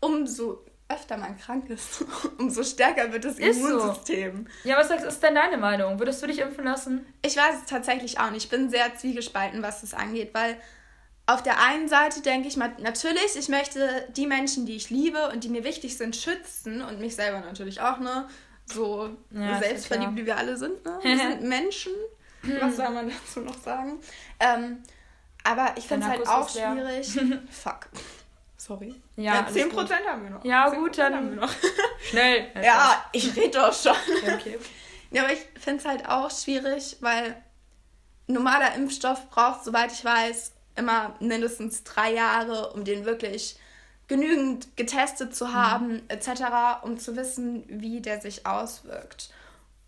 [SPEAKER 2] umso öfter man krank ist, umso stärker wird das
[SPEAKER 1] Ist so.
[SPEAKER 2] Immunsystem.
[SPEAKER 1] Ja, was sagst, ist denn deine Meinung? Würdest du dich impfen lassen?
[SPEAKER 2] Ich weiß es tatsächlich auch nicht. Ich bin sehr zwiegespalten, was das angeht, weil auf der einen Seite denke ich mal, natürlich, ich möchte die Menschen, die ich liebe und die mir wichtig sind, schützen und mich selber natürlich auch, ne? So
[SPEAKER 1] Ja, ist ja
[SPEAKER 2] selbstverliebt,
[SPEAKER 1] klar.
[SPEAKER 2] wie wir alle sind, ne? Wir sind Menschen. Was soll man dazu noch sagen? Ähm, aber ich finde es halt auch
[SPEAKER 1] Narkos ist leer.
[SPEAKER 2] schwierig. Fuck. Sorry.
[SPEAKER 1] Ja,
[SPEAKER 2] Ja,
[SPEAKER 1] alles
[SPEAKER 2] 10%
[SPEAKER 1] gut.
[SPEAKER 2] haben wir noch.
[SPEAKER 1] Ja, gut,
[SPEAKER 2] 10%
[SPEAKER 1] dann-
[SPEAKER 2] haben wir noch.
[SPEAKER 1] Schnell.
[SPEAKER 2] Ja, ich rede doch schon.
[SPEAKER 1] Okay, okay.
[SPEAKER 2] Ja, aber ich finde es halt auch schwierig, weil normaler Impfstoff braucht, soweit ich weiß, immer mindestens drei Jahre, um den wirklich genügend getestet
[SPEAKER 1] Mhm.
[SPEAKER 2] zu haben, etc., um zu wissen, wie der sich auswirkt.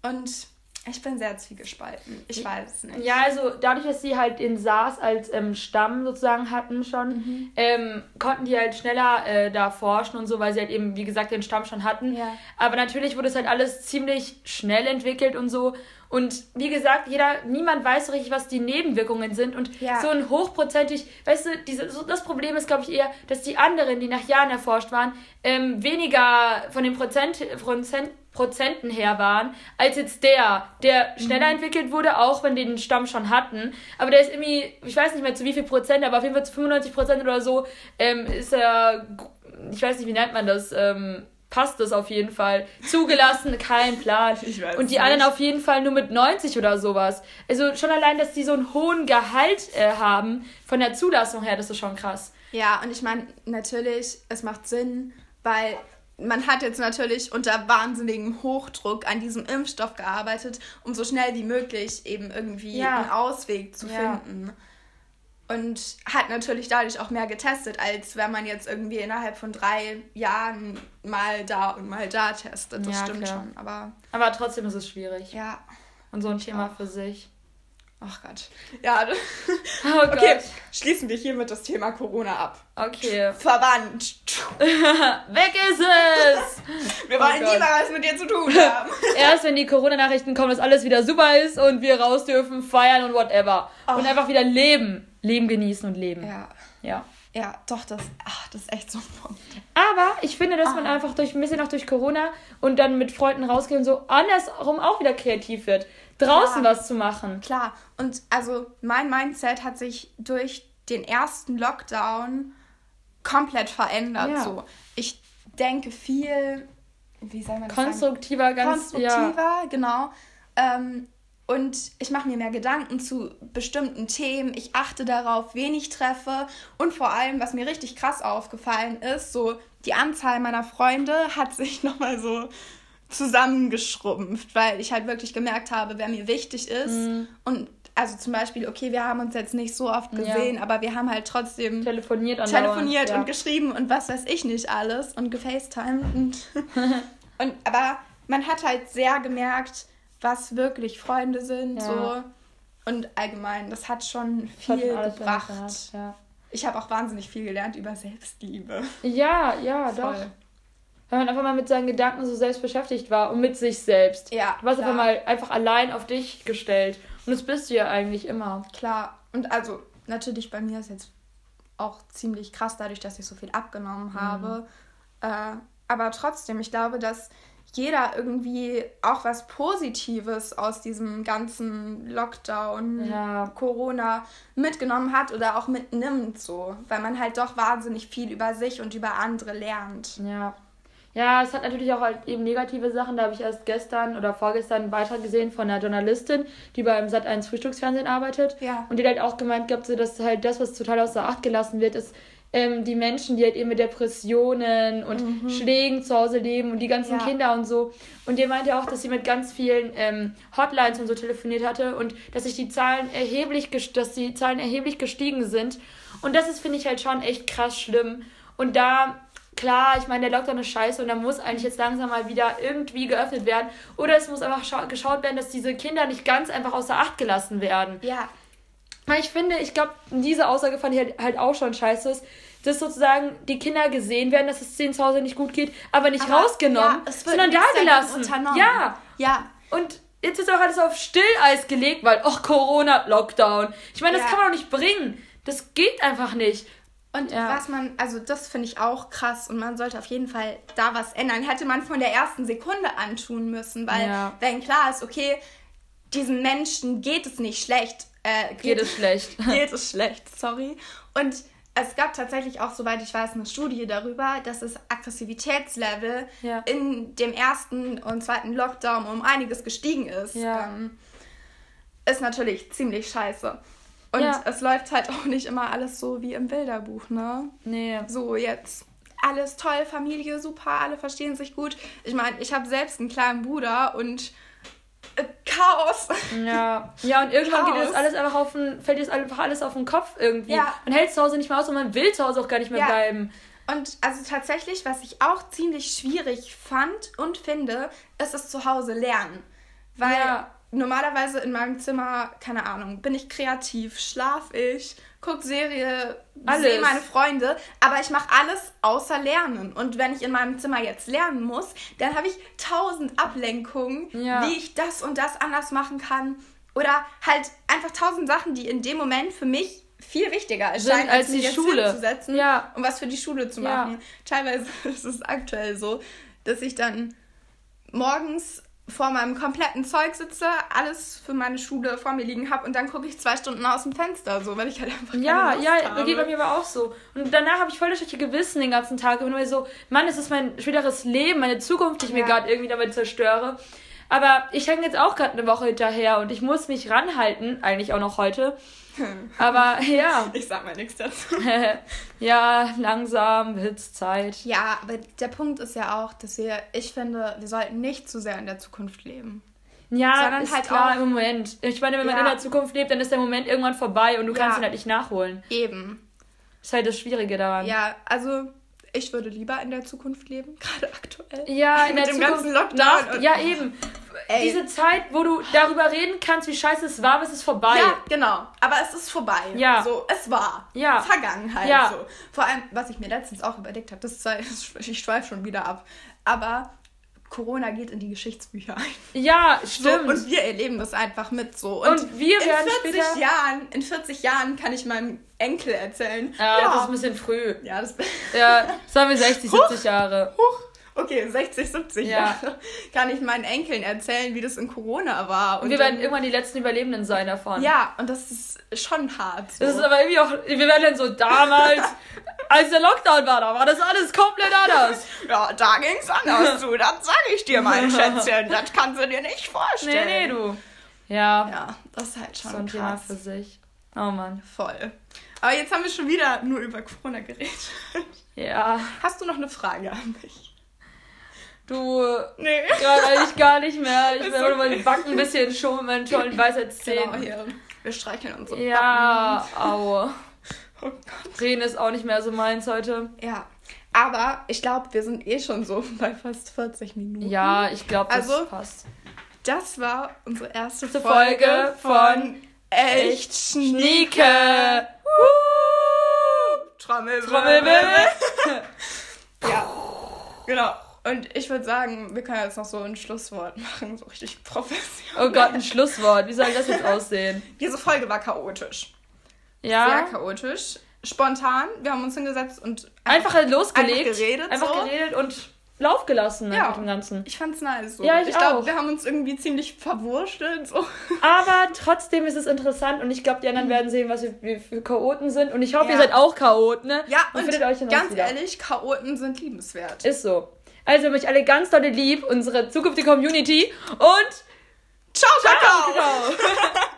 [SPEAKER 2] Und ich bin sehr zwiegespalten. Ich weiß es nicht.
[SPEAKER 1] Ja, also dadurch, dass sie halt den SARS als ähm, Stamm sozusagen hatten schon, ähm, konnten die halt schneller äh, da forschen und so, weil sie halt eben, wie gesagt, den Stamm schon hatten.
[SPEAKER 2] Ja.
[SPEAKER 1] Aber natürlich wurde es halt alles ziemlich schnell entwickelt und so. Und wie gesagt, jeder, niemand weiß so richtig, was die Nebenwirkungen sind. Und
[SPEAKER 2] Ja.
[SPEAKER 1] so ein hochprozentig, weißt du, diese, so das Problem ist, glaube ich, eher, dass die anderen, die nach Jahren erforscht waren, ähm, weniger von den Prozent, Prozent, Prozenten her waren, als jetzt der, der
[SPEAKER 2] Mhm.
[SPEAKER 1] schneller entwickelt wurde, auch wenn die den Stamm schon hatten. Aber der ist irgendwie, ich weiß nicht mehr zu wie viel Prozent, aber auf jeden Fall zu 95 Prozent oder so, ähm, ist er, gu- ich weiß nicht, wie nennt man das, ähm, passt das auf jeden Fall. Zugelassen, kein Plan.
[SPEAKER 2] Ich weiß
[SPEAKER 1] Und die
[SPEAKER 2] nicht.
[SPEAKER 1] anderen auf jeden Fall nur mit 90 oder sowas. Also schon allein, dass die so einen hohen Gehalt äh, haben von der Zulassung her, das ist schon krass.
[SPEAKER 2] Ja, und ich meine, natürlich, es macht Sinn, weil man hat jetzt natürlich unter wahnsinnigem Hochdruck an diesem Impfstoff gearbeitet, um so schnell wie möglich eben irgendwie
[SPEAKER 1] Ja.
[SPEAKER 2] einen Ausweg zu
[SPEAKER 1] Ja.
[SPEAKER 2] finden. Und hat natürlich dadurch auch mehr getestet, als wenn man jetzt irgendwie innerhalb von drei Jahren mal da und mal da testet. Das
[SPEAKER 1] Ja,
[SPEAKER 2] stimmt
[SPEAKER 1] klar.
[SPEAKER 2] schon. Aber
[SPEAKER 1] Aber trotzdem ist es schwierig.
[SPEAKER 2] ja,
[SPEAKER 1] Und so ein Thema für sich.
[SPEAKER 2] ach Gott. Ja,
[SPEAKER 1] Oh Gott.
[SPEAKER 2] okay.
[SPEAKER 1] Okay.
[SPEAKER 2] Schließen wir hiermit das Thema Corona ab.
[SPEAKER 1] okay.
[SPEAKER 2] Verwandt.
[SPEAKER 1] Weg ist es!
[SPEAKER 2] Wir
[SPEAKER 1] Oh
[SPEAKER 2] wollen
[SPEAKER 1] Gott.
[SPEAKER 2] niemals was mit dir zu tun haben.
[SPEAKER 1] Erst wenn die Corona-Nachrichten kommen, dass alles wieder super ist und wir raus dürfen, feiern und whatever. Und
[SPEAKER 2] Oh.
[SPEAKER 1] einfach wieder leben. Leben genießen und leben.
[SPEAKER 2] Ja,
[SPEAKER 1] ja.
[SPEAKER 2] ja, doch, das, ach, das ist echt so ein Punkt.
[SPEAKER 1] Aber ich finde, dass man
[SPEAKER 2] Ah.
[SPEAKER 1] einfach durch ein bisschen auch durch Corona und dann mit Freunden rausgehen und so andersrum auch wieder kreativ wird. Draußen
[SPEAKER 2] Ja.
[SPEAKER 1] was zu machen.
[SPEAKER 2] Klar, und also mein Mindset hat sich durch den ersten Lockdown komplett verändert.
[SPEAKER 1] Ja.
[SPEAKER 2] So. Ich denke viel, wie soll man das sagen?
[SPEAKER 1] Konstruktiver, ganz ja.
[SPEAKER 2] Konstruktiver, genau. Ähm, und ich mache mir mehr Gedanken zu bestimmten Themen. Ich achte darauf, wen ich treffe. Und vor allem, was mir richtig krass aufgefallen ist, so die Anzahl meiner Freunde hat sich nochmal so zusammengeschrumpft, weil ich halt wirklich gemerkt habe, wer mir wichtig ist.
[SPEAKER 1] Mhm.
[SPEAKER 2] Und also zum Beispiel, okay, wir haben uns jetzt nicht so oft gesehen, aber wir haben halt trotzdem
[SPEAKER 1] telefoniert und
[SPEAKER 2] telefoniert
[SPEAKER 1] ja.
[SPEAKER 2] und geschrieben und was weiß ich nicht alles und gefacetimed. Und, und, aber man hat halt sehr gemerkt, was wirklich Freunde sind.
[SPEAKER 1] Ja.
[SPEAKER 2] So. Und allgemein, das hat schon
[SPEAKER 1] Das hat
[SPEAKER 2] viel
[SPEAKER 1] schon alles
[SPEAKER 2] gebracht.
[SPEAKER 1] gemacht, Ja,
[SPEAKER 2] Ich habe auch wahnsinnig viel gelernt über Selbstliebe.
[SPEAKER 1] ja, ja doch.
[SPEAKER 2] Voll.
[SPEAKER 1] Wenn man einfach mal mit seinen Gedanken so selbst beschäftigt war und mit sich selbst.
[SPEAKER 2] Ja,
[SPEAKER 1] Du warst
[SPEAKER 2] klar.
[SPEAKER 1] einfach mal einfach allein auf dich gestellt. Und das bist du ja eigentlich immer.
[SPEAKER 2] Klar. Und also, natürlich bei
[SPEAKER 1] Mhm.
[SPEAKER 2] mir ist jetzt auch ziemlich krass, dadurch, dass ich so viel abgenommen habe, äh, Aber trotzdem, ich glaube, dass jeder irgendwie auch was Positives aus diesem ganzen Lockdown,
[SPEAKER 1] Ja.
[SPEAKER 2] Corona mitgenommen hat oder auch mitnimmt so, weil man halt doch wahnsinnig viel über sich und über andere lernt.
[SPEAKER 1] Ja. Ja, es hat natürlich auch halt eben negative Sachen. Da habe ich erst gestern oder vorgestern einen Beitrag gesehen von einer Journalistin, die beim Sat1 Frühstücksfernsehen arbeitet.
[SPEAKER 2] Ja.
[SPEAKER 1] Und die hat halt auch gemeint gehabt, so, dass halt das, was total außer Acht gelassen wird, ist ähm, die Menschen, die halt eben mit Depressionen und Schlägen zu Hause leben und die ganzen
[SPEAKER 2] Mhm. Ja.
[SPEAKER 1] Kinder und so. Und die meinte auch, dass sie mit ganz vielen ähm, Hotlines und so telefoniert hatte und dass sich die Zahlen erheblich, ges- dass die Zahlen erheblich gestiegen sind. Und das ist, finde ich, halt schon echt krass schlimm. Und da, klar, ich meine, der Lockdown ist scheiße und da muss eigentlich jetzt langsam mal wieder irgendwie geöffnet werden. Oder es muss einfach schau- geschaut werden, dass diese Kinder nicht ganz einfach außer Acht gelassen werden.
[SPEAKER 2] Ja,
[SPEAKER 1] Weil Ich finde, ich glaube, diese Aussage fand ich halt, halt auch schon scheiße. ist, Dass sozusagen die Kinder gesehen werden, dass es denen zu Hause nicht gut geht, aber nicht
[SPEAKER 2] Aber-
[SPEAKER 1] rausgenommen,
[SPEAKER 2] ja, es wird
[SPEAKER 1] sondern da
[SPEAKER 2] nichts dagegen
[SPEAKER 1] gelassen.
[SPEAKER 2] unternommen.
[SPEAKER 1] Ja,
[SPEAKER 2] Ja,
[SPEAKER 1] und jetzt wird auch alles auf Stilleis gelegt, weil, ach, Corona, Lockdown. Ich meine, das
[SPEAKER 2] Ja.
[SPEAKER 1] kann man doch nicht bringen. Das geht einfach nicht.
[SPEAKER 2] Und
[SPEAKER 1] Ja.
[SPEAKER 2] was man, also das finde ich auch krass und man sollte auf jeden Fall da was ändern. Hätte man von der ersten Sekunde an tun müssen, weil
[SPEAKER 1] Ja.
[SPEAKER 2] wenn klar ist, okay, diesen Menschen geht es nicht schlecht. Äh,
[SPEAKER 1] Geht es schlecht.
[SPEAKER 2] geht es schlecht, sorry. Und es gab tatsächlich auch, soweit ich weiß, eine Studie darüber, dass das Aggressivitätslevel
[SPEAKER 1] Ja.
[SPEAKER 2] in dem ersten und zweiten Lockdown um einiges gestiegen ist.
[SPEAKER 1] Ja.
[SPEAKER 2] Ähm, ist natürlich ziemlich scheiße. Und
[SPEAKER 1] Ja.
[SPEAKER 2] es läuft halt auch nicht immer alles so wie im Bilderbuch, ne?
[SPEAKER 1] Nee.
[SPEAKER 2] So, jetzt alles toll, Familie super, alle verstehen sich gut. Ich meine, ich habe selbst einen kleinen Bruder und äh, Chaos.
[SPEAKER 1] Ja. Ja, und irgendwann geht
[SPEAKER 2] Chaos.
[SPEAKER 1] das alles einfach auf den, fällt das einfach alles auf den Kopf irgendwie.
[SPEAKER 2] Ja.
[SPEAKER 1] Man hält zu Hause nicht mehr aus und man will zu Hause auch gar nicht mehr
[SPEAKER 2] Ja.
[SPEAKER 1] bleiben.
[SPEAKER 2] Und also tatsächlich, was ich auch ziemlich schwierig fand und finde, ist es zu Hause lernen. Weil
[SPEAKER 1] Ja.
[SPEAKER 2] normalerweise in meinem Zimmer, keine Ahnung, bin ich kreativ, schlaf ich, guck Serie, sehe
[SPEAKER 1] Alles.
[SPEAKER 2] meine Freunde, aber ich mache alles außer Lernen. Und wenn ich in meinem Zimmer jetzt lernen muss, dann habe ich tausend Ablenkungen,
[SPEAKER 1] Ja.
[SPEAKER 2] wie ich das und das anders machen kann. Oder halt einfach tausend Sachen, die in dem Moment für mich viel wichtiger erscheinen,
[SPEAKER 1] als
[SPEAKER 2] mich
[SPEAKER 1] die
[SPEAKER 2] jetzt
[SPEAKER 1] Schule.
[SPEAKER 2] hinzusetzen
[SPEAKER 1] Ja.
[SPEAKER 2] um was für die Schule zu
[SPEAKER 1] Ja.
[SPEAKER 2] machen. Teilweise ist es aktuell so, dass ich dann morgens vor meinem kompletten Zeug sitze, alles für meine Schule vor mir liegen habe und dann gucke ich zwei Stunden aus dem Fenster, so weil ich halt einfach
[SPEAKER 1] Ja,
[SPEAKER 2] keine Lust
[SPEAKER 1] ja,
[SPEAKER 2] habe.
[SPEAKER 1] geht bei mir aber auch so. Und danach habe ich voll das schlechte Gewissen den ganzen Tag. Und mir so, Mann, es ist mein späteres Leben, meine Zukunft, die ich mir
[SPEAKER 2] Ja.
[SPEAKER 1] gerade irgendwie damit zerstöre. Aber ich hänge jetzt auch gerade eine Woche hinterher und ich muss mich ranhalten, eigentlich auch noch heute. Aber ja,
[SPEAKER 2] Ich sag mal nichts dazu.
[SPEAKER 1] ja, langsam wird's Zeit.
[SPEAKER 2] Ja, aber der Punkt ist ja auch, dass wir, ich finde, wir sollten nicht zu sehr in der Zukunft leben.
[SPEAKER 1] Ja,
[SPEAKER 2] Sondern
[SPEAKER 1] ist
[SPEAKER 2] halt
[SPEAKER 1] klar
[SPEAKER 2] auch-
[SPEAKER 1] im Moment. Ich meine, wenn man
[SPEAKER 2] Ja.
[SPEAKER 1] in der Zukunft lebt, dann ist der Moment irgendwann vorbei und du kannst
[SPEAKER 2] Ja.
[SPEAKER 1] ihn halt nicht nachholen.
[SPEAKER 2] Eben.
[SPEAKER 1] Das ist halt das Schwierige daran.
[SPEAKER 2] Ja, also ich würde lieber in der Zukunft leben, gerade aktuell.
[SPEAKER 1] Ja, in
[SPEAKER 2] Mit
[SPEAKER 1] der
[SPEAKER 2] dem
[SPEAKER 1] Zukunft
[SPEAKER 2] ganzen Lockdown
[SPEAKER 1] nach,
[SPEAKER 2] und-
[SPEAKER 1] ja, eben.
[SPEAKER 2] Ey.
[SPEAKER 1] Diese Zeit, wo du darüber reden kannst, wie scheiße es war, bis es vorbei.
[SPEAKER 2] Ja, genau. Aber es ist vorbei.
[SPEAKER 1] Ja.
[SPEAKER 2] So, es war.
[SPEAKER 1] Ja.
[SPEAKER 2] Vergangenheit.
[SPEAKER 1] Ja.
[SPEAKER 2] So. Vor allem, was ich mir letztens auch überlegt habe, das ist, ich schweife schon wieder ab. Aber Corona geht in die Geschichtsbücher ein.
[SPEAKER 1] Ja,
[SPEAKER 2] So,
[SPEAKER 1] stimmt.
[SPEAKER 2] und wir erleben das einfach mit so.
[SPEAKER 1] Und wir werden
[SPEAKER 2] in 40
[SPEAKER 1] später-
[SPEAKER 2] Jahren, in 40 Jahren kann ich meinem Enkel erzählen.
[SPEAKER 1] ja, das ist
[SPEAKER 2] ja.
[SPEAKER 1] ein bisschen früh.
[SPEAKER 2] ja, das
[SPEAKER 1] Ja, sagen wir 60,
[SPEAKER 2] Huch.
[SPEAKER 1] 70 Jahre.
[SPEAKER 2] Huch. Okay, 60, 70
[SPEAKER 1] Ja.
[SPEAKER 2] Jahre kann ich meinen Enkeln erzählen, wie das in Corona war.
[SPEAKER 1] Und wir werden
[SPEAKER 2] dann-
[SPEAKER 1] irgendwann die letzten Überlebenden sein davon.
[SPEAKER 2] ja, und das ist schon hart. So.
[SPEAKER 1] Das ist aber irgendwie auch, wir werden dann so damals, als der Lockdown war, da war das alles komplett anders.
[SPEAKER 2] Ja, da ging's anders zu. Das sag ich dir, mein Schätzchen. Das kannst du dir nicht
[SPEAKER 1] Nee,
[SPEAKER 2] vorstellen.
[SPEAKER 1] nee, du. Ja,
[SPEAKER 2] Ja, das ist halt schon
[SPEAKER 1] so ein Thema
[SPEAKER 2] krass.
[SPEAKER 1] für sich. Oh Mann.
[SPEAKER 2] Voll. Aber jetzt haben wir schon wieder nur über Corona geredet.
[SPEAKER 1] Ja,
[SPEAKER 2] Hast du noch eine Frage an mich?
[SPEAKER 1] du,
[SPEAKER 2] Nee.
[SPEAKER 1] gerade eigentlich gar nicht mehr. Ich
[SPEAKER 2] Ist
[SPEAKER 1] will
[SPEAKER 2] okay.
[SPEAKER 1] nur meine Backen ein bisschen schon mit meinen tollen Weisheitszähnen.
[SPEAKER 2] Genau, hier. Wir streicheln uns. und
[SPEAKER 1] Ja, au.
[SPEAKER 2] backen. Oh Gott.
[SPEAKER 1] Reden ist auch nicht mehr so meins heute.
[SPEAKER 2] Ja. Aber ich glaube, wir sind eh schon so bei fast 40 Minuten.
[SPEAKER 1] Ja, ich glaube, das
[SPEAKER 2] Mhm. Also,
[SPEAKER 1] passt.
[SPEAKER 2] Das war unsere erste
[SPEAKER 1] Erste
[SPEAKER 2] Folge,
[SPEAKER 1] Folge
[SPEAKER 2] von
[SPEAKER 1] Echt
[SPEAKER 2] Echt Schnieke.
[SPEAKER 1] Schnieke!
[SPEAKER 2] Trommelwirbel.
[SPEAKER 1] Trommelwirbel!
[SPEAKER 2] Ja, genau. Und ich würde sagen, wir können jetzt noch so ein Schlusswort machen, so richtig professionell.
[SPEAKER 1] Oh Gott, ein Schlusswort. Wie soll das jetzt aussehen?
[SPEAKER 2] Diese Folge war chaotisch. Sehr
[SPEAKER 1] Ja?
[SPEAKER 2] chaotisch. Spontan. Wir haben uns hingesetzt und
[SPEAKER 1] Einfach halt losgelegt.
[SPEAKER 2] Einfach geredet
[SPEAKER 1] Einfach
[SPEAKER 2] so.
[SPEAKER 1] geredet und Lauf gelassen ne,
[SPEAKER 2] Ja.
[SPEAKER 1] mit dem Ganzen.
[SPEAKER 2] Ich fand's nice. So.
[SPEAKER 1] Ja, ich auch.
[SPEAKER 2] glaube, wir haben uns irgendwie ziemlich verwurschtelt. So.
[SPEAKER 1] Aber trotzdem ist es interessant und ich glaube, die anderen werden sehen, was wir, wir für Chaoten sind. Und ich hoffe, ihr
[SPEAKER 2] Mhm. Ja.
[SPEAKER 1] seid auch Chaoten, ne?
[SPEAKER 2] Ja,
[SPEAKER 1] und,
[SPEAKER 2] und,
[SPEAKER 1] findet euch in uns
[SPEAKER 2] ganz
[SPEAKER 1] wieder.
[SPEAKER 2] ehrlich, Chaoten sind liebenswert.
[SPEAKER 1] Ist so. Also, mich alle ganz dolle lieb, unsere zukünftige Community und
[SPEAKER 2] Ciao, Kakao!
[SPEAKER 1] ciao!